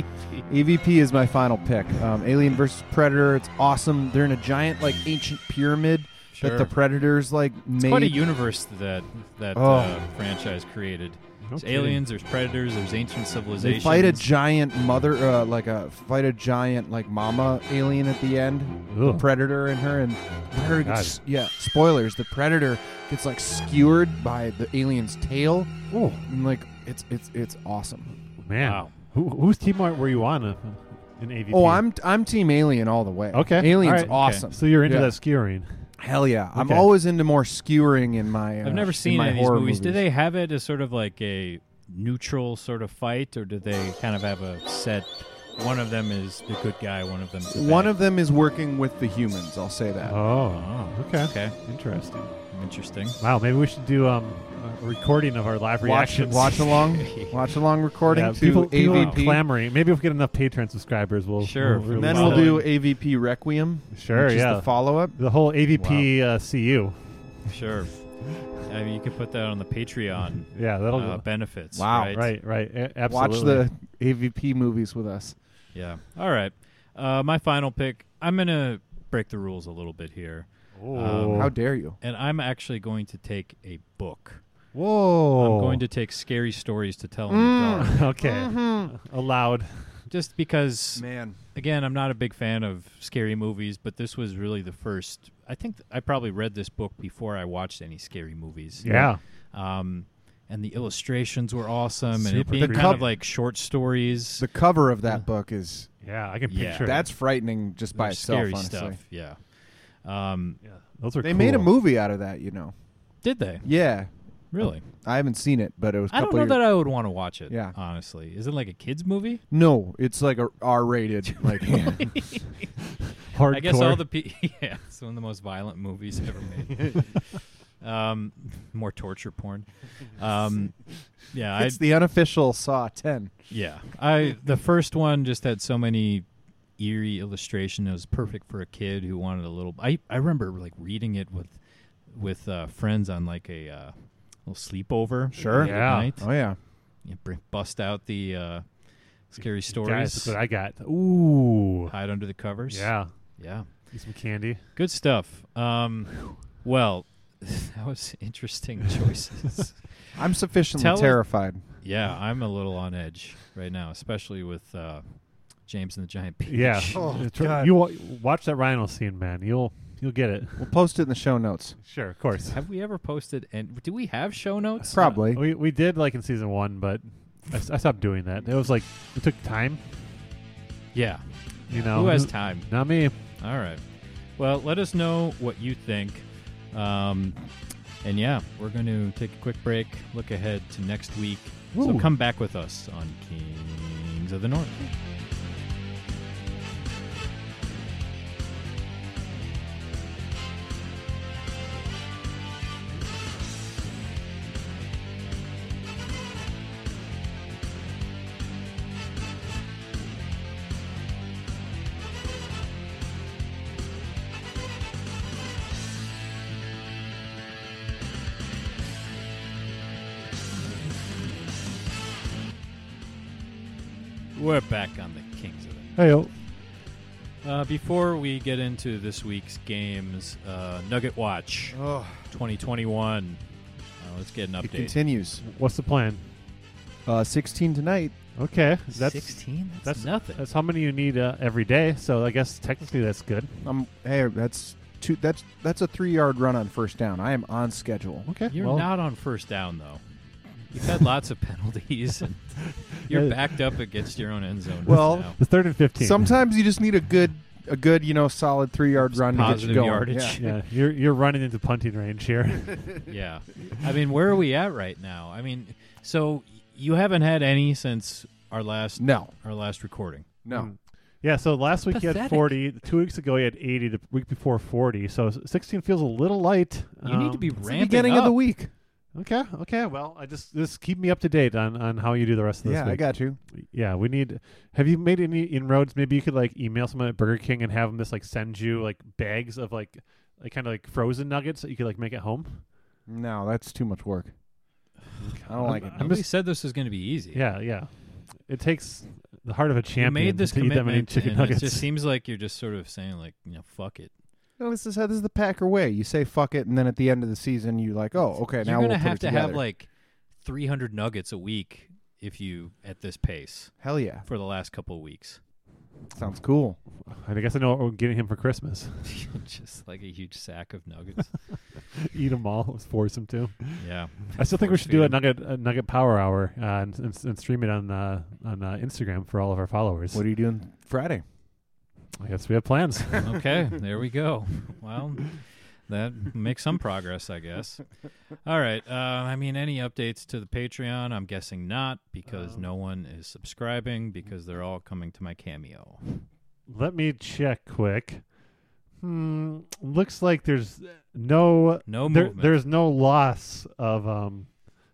Speaker 2: AVP is my final pick. Um, alien versus predator. It's awesome. They're in a giant, like, ancient pyramid
Speaker 3: Sure.
Speaker 2: that the predators, like, made.
Speaker 3: Quite a universe that that
Speaker 2: Oh.
Speaker 3: uh, franchise created. There's
Speaker 1: kidding.
Speaker 3: aliens. There's predators. There's ancient
Speaker 2: They
Speaker 3: civilizations.
Speaker 2: fight a giant mother, uh, like a fight a giant like mama alien at the end. The
Speaker 1: Ugh.
Speaker 2: predator and her and the predator
Speaker 1: God.
Speaker 2: gets, yeah. Spoilers: the predator gets like skewered by the alien's tail.
Speaker 1: Oh
Speaker 2: And, like it's it's it's awesome.
Speaker 1: man,
Speaker 3: Wow.
Speaker 1: who, whose team are, were you on? Uh, in AVP.
Speaker 2: Oh, I'm I'm team alien all the way.
Speaker 1: Okay. All
Speaker 2: aliens
Speaker 1: right.
Speaker 2: awesome.
Speaker 1: So you're into
Speaker 2: Yeah.
Speaker 1: that skewering.
Speaker 2: Hell yeah! I'm
Speaker 1: Okay.
Speaker 2: always into more skewering in my. Uh,
Speaker 3: I've never
Speaker 2: in
Speaker 3: seen
Speaker 2: my
Speaker 3: any of these
Speaker 2: horror
Speaker 3: movies. Do they have it as sort of like a neutral sort of fight, or do they kind of have a set? One of them is the good guy. One of them. Is the
Speaker 2: One
Speaker 3: bad
Speaker 2: of them is working with the humans. I'll say that.
Speaker 1: Oh, okay.
Speaker 3: Okay,
Speaker 1: Interesting.
Speaker 3: interesting.
Speaker 1: Wow, maybe we should do um, a recording of our live
Speaker 2: watch
Speaker 1: reactions. [laughs]
Speaker 2: watch
Speaker 3: [laughs]
Speaker 2: along, watch along recording
Speaker 1: Yeah,
Speaker 2: to
Speaker 1: people, people
Speaker 2: AVP.
Speaker 1: clamoring. Maybe if we get enough Patreon subscribers, we'll
Speaker 3: Sure.
Speaker 1: We'll,
Speaker 3: And
Speaker 2: And then
Speaker 1: we'll
Speaker 2: we'll
Speaker 3: Wow.
Speaker 1: follow
Speaker 2: do
Speaker 1: it.
Speaker 2: AVP Requiem.
Speaker 1: Sure,
Speaker 2: which is
Speaker 1: yeah.
Speaker 2: the follow up.
Speaker 1: the whole AVP uh, CU.
Speaker 3: Sure. I mean, you could put that on
Speaker 2: [laughs]
Speaker 3: the Patreon
Speaker 1: Yeah, that'll
Speaker 3: uh, benefits.
Speaker 2: Wow.
Speaker 3: Right.
Speaker 1: right, right. A-
Speaker 2: Watch
Speaker 1: absolutely.
Speaker 2: the AVP movies with us.
Speaker 3: Yeah. All right. Uh, my final pick. I'm gonna break the rules a little bit here,
Speaker 1: Oh.
Speaker 2: um, How dare you?
Speaker 3: and I'm actually going to take a book.
Speaker 1: Whoa!
Speaker 2: Oh.
Speaker 3: I'm going to take scary stories to tell in
Speaker 2: Mm. [laughs]
Speaker 3: the dark,
Speaker 1: Okay.
Speaker 2: Mm-hmm.
Speaker 1: Allowed.
Speaker 3: just because.
Speaker 2: Man.
Speaker 3: again, I'm not a big fan of scary movies, but this was really the first. I think th- I probably read this book before I watched any scary movies.
Speaker 1: Yeah.
Speaker 3: Um, and the illustrations were awesome, and it
Speaker 1: Super
Speaker 3: being
Speaker 1: creepy.
Speaker 3: kind of like short stories.
Speaker 2: The cover of that book is
Speaker 1: Yeah, I can
Speaker 3: Yeah.
Speaker 1: picture. it.
Speaker 2: that's frightening just by
Speaker 3: they're
Speaker 2: itself,
Speaker 3: scary
Speaker 2: honestly.
Speaker 3: stuff. Yeah. Um,
Speaker 1: Yeah, those are.
Speaker 2: They
Speaker 1: cool.
Speaker 2: made a movie out of that, you know.
Speaker 3: did they
Speaker 2: Yeah.
Speaker 3: really?
Speaker 2: I haven't seen it, but it was a
Speaker 3: I don't
Speaker 2: couple
Speaker 3: know
Speaker 2: years.
Speaker 3: that I would want to watch it.
Speaker 2: Yeah.
Speaker 3: Honestly, is it like a kids movie?
Speaker 2: no, it's like a R rated [laughs] like
Speaker 1: Hardcore.
Speaker 3: I guess all the pe- [laughs] yeah, it's one of the most violent movies ever made.
Speaker 2: [laughs]
Speaker 3: um, more torture porn. Um, yeah, I
Speaker 2: It's the unofficial Saw 10.
Speaker 3: Yeah, I the first one just had so many eerie illustration. It was perfect for a kid who wanted a little. I I remember like reading it with with uh, friends on like a uh, little sleepover.
Speaker 2: Sure.
Speaker 3: late at
Speaker 1: Yeah.
Speaker 3: night.
Speaker 2: Oh yeah.
Speaker 3: You br- bust out the uh, scary
Speaker 1: Guys,
Speaker 3: stories.
Speaker 1: that's what I got. Ooh.
Speaker 3: Hide under the covers.
Speaker 1: Yeah.
Speaker 3: yeah,
Speaker 1: Eat some candy.
Speaker 3: good stuff. Um, well, [laughs] that was interesting [laughs] choices.
Speaker 2: I'm sufficiently
Speaker 3: Tell us-
Speaker 2: terrified.
Speaker 3: yeah, I'm a little on edge right now, especially with uh, James and the Giant
Speaker 1: [laughs]
Speaker 3: Peach. [laughs]
Speaker 1: Yeah. Tr- you wa- watch that rhino scene, man. You'll you'll get it.
Speaker 2: We'll post it in the show notes.
Speaker 1: Sure, of course.
Speaker 3: Have we ever posted and do we have show notes?
Speaker 2: Probably.
Speaker 1: We we did like in season one, but I, s- I stopped doing that. It was like it took time,
Speaker 3: Yeah.
Speaker 1: you know.
Speaker 3: Who has time?
Speaker 1: Not me.
Speaker 3: All right. Well, let us know what you think. Um, and yeah, we're going to take a quick break, look ahead to next week. So
Speaker 1: Woo.
Speaker 3: come back with us on Kings of the North. We're back on the Kings of the North.
Speaker 1: Hey, oh.
Speaker 3: Uh, before we get into this week's games, uh, Nugget Watch
Speaker 2: Oh,
Speaker 3: 2021. Uh, let's get an
Speaker 2: it
Speaker 3: update.
Speaker 2: continues.
Speaker 1: what's the plan?
Speaker 2: Uh, 16 tonight.
Speaker 1: Okay, that's
Speaker 3: 16? That's,
Speaker 1: that's-
Speaker 3: nothing.
Speaker 1: that's how many you need uh, every day. So I guess technically that's good.
Speaker 2: I'm hey, that's two. That's that's a three yard run on first down. I am on schedule.
Speaker 1: Okay,
Speaker 3: You're
Speaker 1: well,
Speaker 3: not on first down though. You've had lots of [laughs]
Speaker 1: [laughs]
Speaker 3: penalties, and you're
Speaker 1: Yeah.
Speaker 3: backed up against your own end zone.
Speaker 2: Well,
Speaker 1: [laughs]
Speaker 3: now.
Speaker 1: the third and fifteen.
Speaker 2: Sometimes you just need a good a good you know solid three yard run to get you
Speaker 3: positive
Speaker 2: going.
Speaker 3: yardage.
Speaker 2: Yeah.
Speaker 1: yeah, you're you're running into punting range here.
Speaker 3: yeah. I mean, where are we at right now? I mean, so you haven't had any since our last
Speaker 2: [laughs] No,
Speaker 3: our last recording.
Speaker 2: no.
Speaker 1: Yeah, so last week you had
Speaker 3: Pathetic.
Speaker 1: 40. Two weeks ago you had 80. The week before 40. So 16 feels a little light. Um,
Speaker 3: You need to be
Speaker 2: Um, It's the
Speaker 3: ramping
Speaker 2: beginning
Speaker 3: up.
Speaker 2: of the week.
Speaker 1: Okay, okay. Well, I just just keep me up to date on on how you do the rest of this
Speaker 2: yeah,
Speaker 1: week.
Speaker 2: I got you.
Speaker 1: Yeah, we need. Have you made any inroads? Maybe you could like email someone at Burger King and have them just like send you like bags of like like kind of like frozen nuggets that you could like make at home.
Speaker 2: No, that's too much work. I don't like it.
Speaker 1: I'm
Speaker 3: Nobody
Speaker 1: just
Speaker 3: said this was going to be easy.
Speaker 1: yeah, yeah. It takes the heart of a
Speaker 3: You
Speaker 1: champion
Speaker 3: made this
Speaker 1: to eat that many
Speaker 3: commitment,
Speaker 1: chicken
Speaker 3: and
Speaker 1: nuggets.
Speaker 3: it just seems like you're just sort of saying, like, you know, fuck it.
Speaker 2: No, this is how this is the Packer way. You say fuck it, and then at the end of the season, you like, oh, okay, now
Speaker 3: you're
Speaker 2: we'll
Speaker 3: gonna
Speaker 2: put
Speaker 3: have
Speaker 2: it
Speaker 3: to have
Speaker 2: together.
Speaker 3: like 300 nuggets a week if you at this pace
Speaker 2: hell yeah,
Speaker 3: for the last couple of weeks. [laughs]
Speaker 2: sounds cool.
Speaker 1: [laughs] And I guess I know what we're getting him for Christmas.
Speaker 3: just like a huge sack of
Speaker 2: [laughs]
Speaker 3: nuggets.
Speaker 1: eat them all. Force him to.
Speaker 3: yeah.
Speaker 1: I still think we
Speaker 3: Force
Speaker 1: should do a
Speaker 3: feed 'em.
Speaker 1: nugget a nugget power hour uh, and, and, and stream it on uh, on uh, Instagram for all of our followers.
Speaker 2: What are you doing Friday?
Speaker 1: I guess we have
Speaker 2: [laughs]
Speaker 1: plans.
Speaker 3: okay, there we go. Well, that makes some progress, I guess. All right. Uh, I mean, any updates to the Patreon? I'm guessing not
Speaker 2: Um,
Speaker 3: because no one is subscribing because they're all coming to my cameo.
Speaker 1: Let me check quick. Hmm, looks like there's no
Speaker 3: No
Speaker 1: there,
Speaker 3: movement.
Speaker 1: there's no loss of um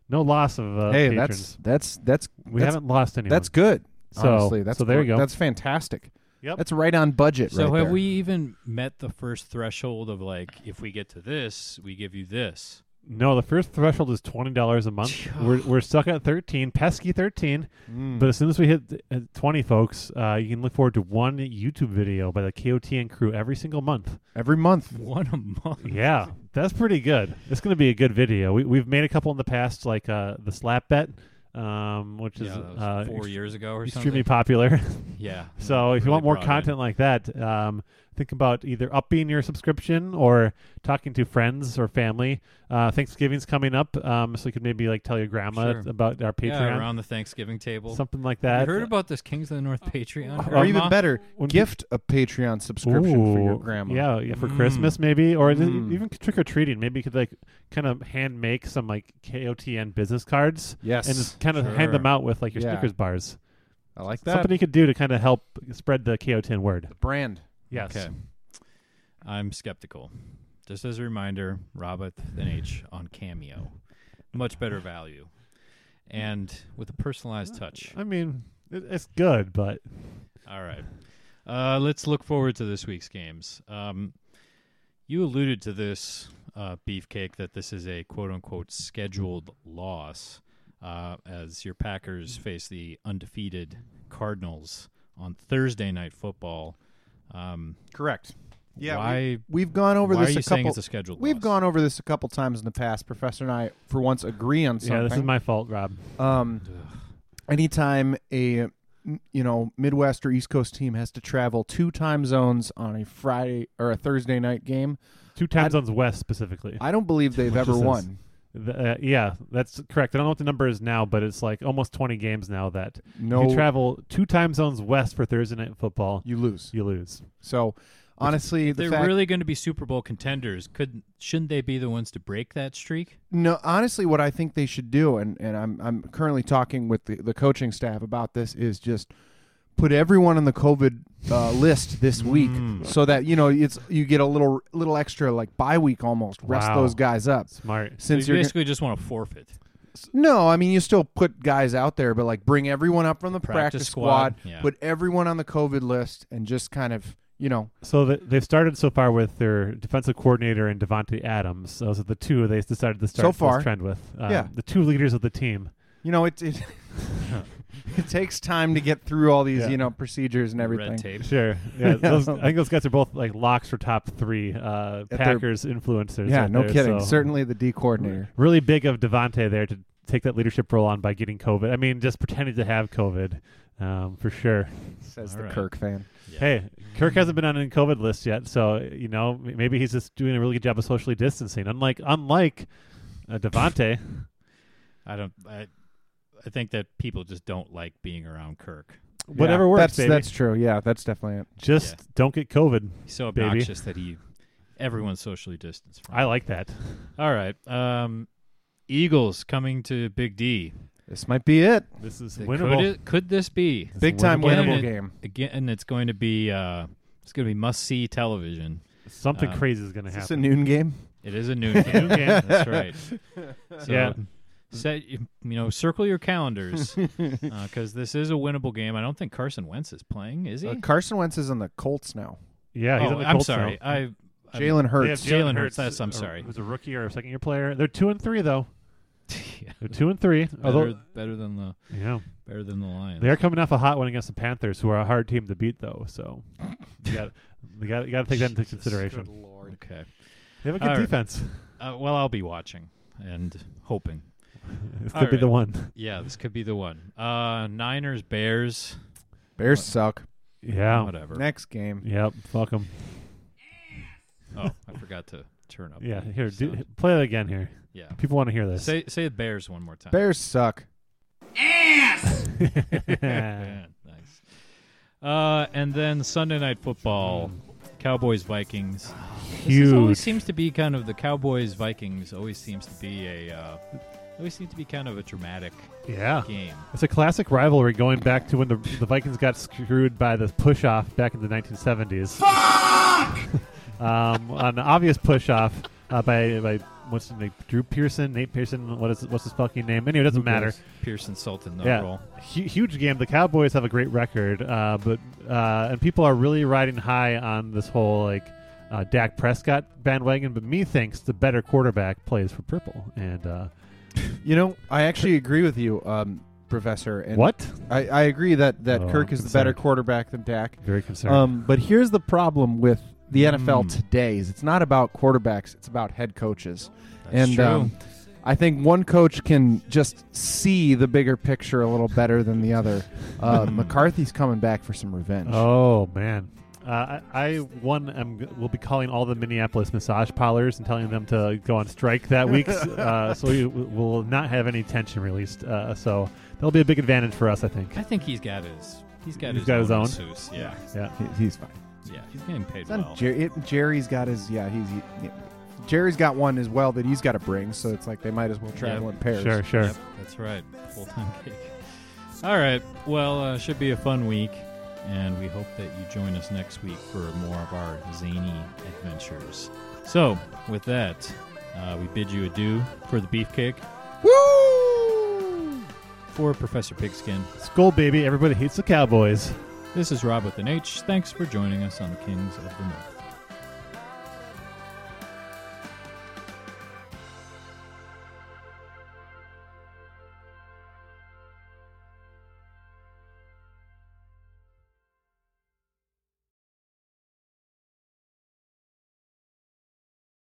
Speaker 1: no loss of uh,
Speaker 2: hey,
Speaker 1: patrons.
Speaker 2: that's that's that's
Speaker 1: we
Speaker 2: that's,
Speaker 1: haven't lost anyone.
Speaker 2: that's good.
Speaker 1: So-
Speaker 2: honestly, that's
Speaker 1: so there you go.
Speaker 2: That's fantastic.
Speaker 1: Yep.
Speaker 2: That's right on budget.
Speaker 3: So
Speaker 2: right
Speaker 3: have
Speaker 2: there.
Speaker 3: we even met the first threshold of like if we get to this, we give you this? [laughs]
Speaker 1: no. The first threshold is twenty dollars a month. we're
Speaker 3: [sighs]
Speaker 1: we're stuck at thirteen, pesky thirteen.
Speaker 3: Hmm.
Speaker 2: Mm.
Speaker 1: But as soon as we hit uh, 20, folks, uh, you can look forward to one YouTube video by the KOTN crew every single month.
Speaker 2: every month?
Speaker 3: One a month.
Speaker 1: Yeah, that's pretty good. It's going to be a good video. We, we've made a couple in the past, like uh, the slap bet, um, which is
Speaker 3: Yeah, that was
Speaker 1: uh,
Speaker 3: four
Speaker 1: ex-
Speaker 3: years ago or
Speaker 1: extremely
Speaker 3: something.
Speaker 1: popular. [laughs]
Speaker 3: Yeah.
Speaker 1: so if you want
Speaker 3: Really
Speaker 1: more
Speaker 3: brought in.
Speaker 1: content like that, um, think about either upping your subscription or talking to friends or family. Uh, Thanksgiving's coming up, um, so you could maybe like tell your grandma
Speaker 3: Sure.
Speaker 1: about our Patreon,
Speaker 3: Yeah, around the Thanksgiving table.
Speaker 1: something like
Speaker 3: You
Speaker 1: that.
Speaker 3: heard about this Kings of the North Patreon?
Speaker 2: Or even
Speaker 3: Irma?
Speaker 2: better,
Speaker 1: When
Speaker 2: gift a Patreon subscription for your
Speaker 1: Ooh,
Speaker 2: grandma.
Speaker 1: Yeah, yeah, for
Speaker 3: Mm.
Speaker 1: Christmas maybe, or th-
Speaker 2: Mm.
Speaker 1: even trick or treating. Maybe you could like kind of hand make some like KOTN business cards
Speaker 2: Yes.
Speaker 1: and just kind of hand
Speaker 3: Sure.
Speaker 1: them out with like your
Speaker 2: Yeah.
Speaker 1: Snickers bars.
Speaker 2: I like that
Speaker 1: Something you could do to kind of help spread the KOTN word.
Speaker 2: brand.
Speaker 1: Yes.
Speaker 3: Okay. I'm skeptical. Just as a reminder, Robert with an H on Cameo. Much better value. And with a personalized touch.
Speaker 1: I mean, it, it's good, but
Speaker 3: All right. Uh, let's look forward to this week's games. Um, you alluded to this, uh, Beefcake, that this is a quote unquote scheduled loss uh, as your Packers face the undefeated Cardinals on Thursday night football. Um,
Speaker 2: Correct. Yeah.
Speaker 3: why
Speaker 2: We, have gone over
Speaker 3: why
Speaker 2: this
Speaker 3: are you
Speaker 2: a
Speaker 3: saying
Speaker 2: couple.
Speaker 3: it's a scheduled
Speaker 2: We've
Speaker 3: loss?
Speaker 2: gone over this a couple times in the past. Professor and I, for once, agree on something.
Speaker 1: yeah, this is my fault, Rob.
Speaker 2: um, anytime a you know Midwest or East Coast team has to travel two time zones on a Friday or a Thursday night game,
Speaker 1: Two time zones west specifically. [laughs]
Speaker 2: I don't believe they've ever
Speaker 1: is this?
Speaker 2: won.
Speaker 1: Th- uh, yeah, that's correct. I don't know what the number is now, but it's like almost 20 games now that
Speaker 2: No,
Speaker 1: if you travel two time zones west for Thursday night football,
Speaker 2: you lose.
Speaker 1: you lose.
Speaker 2: So honestly, the
Speaker 3: They're
Speaker 2: fact
Speaker 3: really going to be Super Bowl contenders. Could shouldn't they be the ones to break that streak?
Speaker 2: No, honestly, what I think they should do, and, and I'm I'm currently talking with the, the coaching staff about this, is just put everyone on the COVID uh, list
Speaker 1: Mm.
Speaker 2: this week, so that you know it's you get a little little extra like bye week almost. Rest
Speaker 1: Wow.
Speaker 2: those guys up
Speaker 1: Smart.
Speaker 2: since
Speaker 3: so you
Speaker 2: you're
Speaker 3: basically just want to forfeit.
Speaker 2: no, I mean you still put guys out there, but like bring everyone up from the practice,
Speaker 3: Practice
Speaker 2: squad,
Speaker 3: squad, yeah.
Speaker 2: put everyone on the COVID list, and just kind of you know
Speaker 1: So th they've started so far with their defensive coordinator and Devontae Adams. Those are the two they decided to start
Speaker 2: So far.
Speaker 1: this trend with. Um,
Speaker 2: Yeah.
Speaker 1: The two leaders of the team.
Speaker 2: you know it [laughs] it, it takes time to get through all these
Speaker 1: Yeah.
Speaker 2: you know procedures and everything.
Speaker 3: Red tape.
Speaker 1: Sure.
Speaker 2: [laughs]
Speaker 1: Yeah. those, I think those guys are both like locks for top three uh,
Speaker 2: their-
Speaker 1: Packers influencers.
Speaker 2: Yeah,
Speaker 1: right
Speaker 2: no
Speaker 1: there,
Speaker 2: kidding.
Speaker 1: so-
Speaker 2: Certainly the D coordinator.
Speaker 1: really big of Devonte there to take that leadership role on by getting COVID. I mean, just pretending to have COVID um, for sure.
Speaker 2: Says
Speaker 3: All
Speaker 2: the
Speaker 3: right.
Speaker 2: Kirk fan.
Speaker 1: Hey, Kirk hasn't been on any COVID list yet, so you know m- maybe he's just doing a really good job of socially distancing. Unlike unlike uh, Devonte,
Speaker 3: I don't. I, I think that people just don't like being around Kirk.
Speaker 1: whatever
Speaker 2: Yeah,
Speaker 1: works,
Speaker 2: That's
Speaker 1: baby.
Speaker 2: that's true. Yeah, that's definitely it.
Speaker 1: just don't get COVID.
Speaker 3: He's so
Speaker 1: Baby.
Speaker 3: obnoxious that he everyone's socially distanced from.
Speaker 1: I
Speaker 3: him.
Speaker 1: like that.
Speaker 3: All right. Um, Eagles coming to Big D.
Speaker 2: This might be it.
Speaker 1: This is
Speaker 3: Could,
Speaker 1: winnable.
Speaker 3: it- could this be
Speaker 1: It's
Speaker 2: Big time
Speaker 1: winnable.
Speaker 2: winnable
Speaker 3: Again, it-
Speaker 2: game.
Speaker 3: again? It's going to be. Uh, it's going to be must see television.
Speaker 1: Something
Speaker 3: Uh,
Speaker 1: crazy is going to
Speaker 2: Is this a
Speaker 1: happen.
Speaker 2: noon game?
Speaker 3: It is
Speaker 1: [laughs]
Speaker 3: a noon
Speaker 1: Noon
Speaker 3: game.
Speaker 1: game.
Speaker 3: That's right. So
Speaker 1: Yeah.
Speaker 3: Set you know, circle your calendars because this is a winnable game. I don't think Carson Wentz is playing, is he?
Speaker 2: Uh, Carson Wentz is on the Colts now.
Speaker 1: yeah, he's
Speaker 3: oh,
Speaker 1: on the
Speaker 3: I'm
Speaker 1: Colts
Speaker 3: sorry.
Speaker 1: now.
Speaker 3: I I-
Speaker 1: They
Speaker 2: Jalen
Speaker 1: have
Speaker 2: Hurts.
Speaker 3: Jalen Hurts, that's- I'm
Speaker 1: uh,
Speaker 3: sorry.
Speaker 1: Who's a rookie or a second year player? They're two and three though.
Speaker 3: [laughs] yeah,
Speaker 1: They're two and three.
Speaker 3: better,
Speaker 1: Although,
Speaker 3: better than the
Speaker 1: yeah.
Speaker 3: better than the Lions.
Speaker 1: They are coming off a hot one against the Panthers, who are a hard team to beat, though. So you got you got you got to take that into consideration.
Speaker 3: okay.
Speaker 1: They have a good
Speaker 3: All right.
Speaker 1: defense. [laughs]
Speaker 3: Uh, well, I'll be watching and hoping.
Speaker 1: This
Speaker 3: All
Speaker 1: could be
Speaker 3: right.
Speaker 1: the one.
Speaker 3: Yeah, this could be the one. Uh, Niners, Bears,
Speaker 2: Bears suck.
Speaker 1: Yeah.
Speaker 3: whatever.
Speaker 2: Next game.
Speaker 1: Yep. Fuck them.
Speaker 3: Oh, I
Speaker 1: [laughs]
Speaker 3: forgot to turn up.
Speaker 1: Yeah.
Speaker 3: the
Speaker 1: Here, do, [laughs]
Speaker 3: sound.
Speaker 1: play that again. Here,
Speaker 3: yeah.
Speaker 1: people want to hear this. [laughs]
Speaker 3: Say [laughs] say the Bears one more time.
Speaker 2: Bears suck.
Speaker 1: yeah.
Speaker 3: Yeah, nice. Uh, and then Sunday night football, Cowboys Vikings. This is
Speaker 1: Huge.
Speaker 3: always seems to be kind of the Cowboys Vikings. Always seems to be a uh, always seems to be kind of a dramatic
Speaker 1: Yeah.
Speaker 3: game.
Speaker 1: It's a classic rivalry going back to when the, the Vikings got screwed by the push off back in the 1970s. [laughs] um, an obvious push off uh, by by what's his name? Drew Pearson, Nate Pearson. What is what's his fucking name? Anyway, it doesn't matter.
Speaker 3: Pearson Sultan the
Speaker 1: Yeah,
Speaker 3: role.
Speaker 1: Hu- huge game. The Cowboys have a great record, uh, but uh, and people are really riding high on this whole like uh, Dak Prescott bandwagon. But me thinks the better quarterback plays for purple. And uh,
Speaker 2: You know, I actually agree with you, um, Professor. And
Speaker 1: what?
Speaker 2: I, I agree that, that
Speaker 1: Oh,
Speaker 2: Kirk
Speaker 1: I'm
Speaker 2: is the better
Speaker 1: concerned.
Speaker 2: quarterback than Dak.
Speaker 1: Very concerned.
Speaker 2: Um, but here's the problem with the
Speaker 1: Hmm.
Speaker 2: NFL
Speaker 3: Mm.
Speaker 2: today is it's not about quarterbacks, it's about head coaches.
Speaker 3: That's
Speaker 2: and
Speaker 3: true.
Speaker 2: Um, I think one coach can just see the bigger picture a little better than the other.
Speaker 1: [laughs]
Speaker 2: Uh, McCarthy's coming back for some revenge.
Speaker 1: Oh man, uh, I, I one am g- will be calling all the Minneapolis massage parlors and telling them to go on strike that
Speaker 2: [laughs]
Speaker 1: week, s- uh, so we w- will not have any tension released. Uh, so that'll be a big advantage for us, I think.
Speaker 3: I think he's got his he's got
Speaker 1: He's
Speaker 3: his
Speaker 1: got his
Speaker 3: own.
Speaker 1: own?
Speaker 3: masseuse. Yeah,
Speaker 1: Yeah,
Speaker 2: He- he's fine.
Speaker 3: yeah, he's getting paid
Speaker 2: It's not
Speaker 3: well.
Speaker 2: Jer- it- Jerry's got his yeah. He's he- yeah. Jerry's got one as well that he's got to bring. So it's like they might as well travel
Speaker 3: Yep.
Speaker 2: in pairs.
Speaker 1: sure, sure.
Speaker 3: Yep, that's right. Full [laughs] time cake. All right. Well, uh, should be a fun week, and we hope that you join us next week for more of our zany adventures. So, with that, uh, we bid you adieu for the beefcake,
Speaker 2: Woo!
Speaker 3: for Professor Pigskin.
Speaker 1: Skull baby, everybody hates the Cowboys.
Speaker 3: This is Rob with an H. Thanks for joining us on the Kings of the North.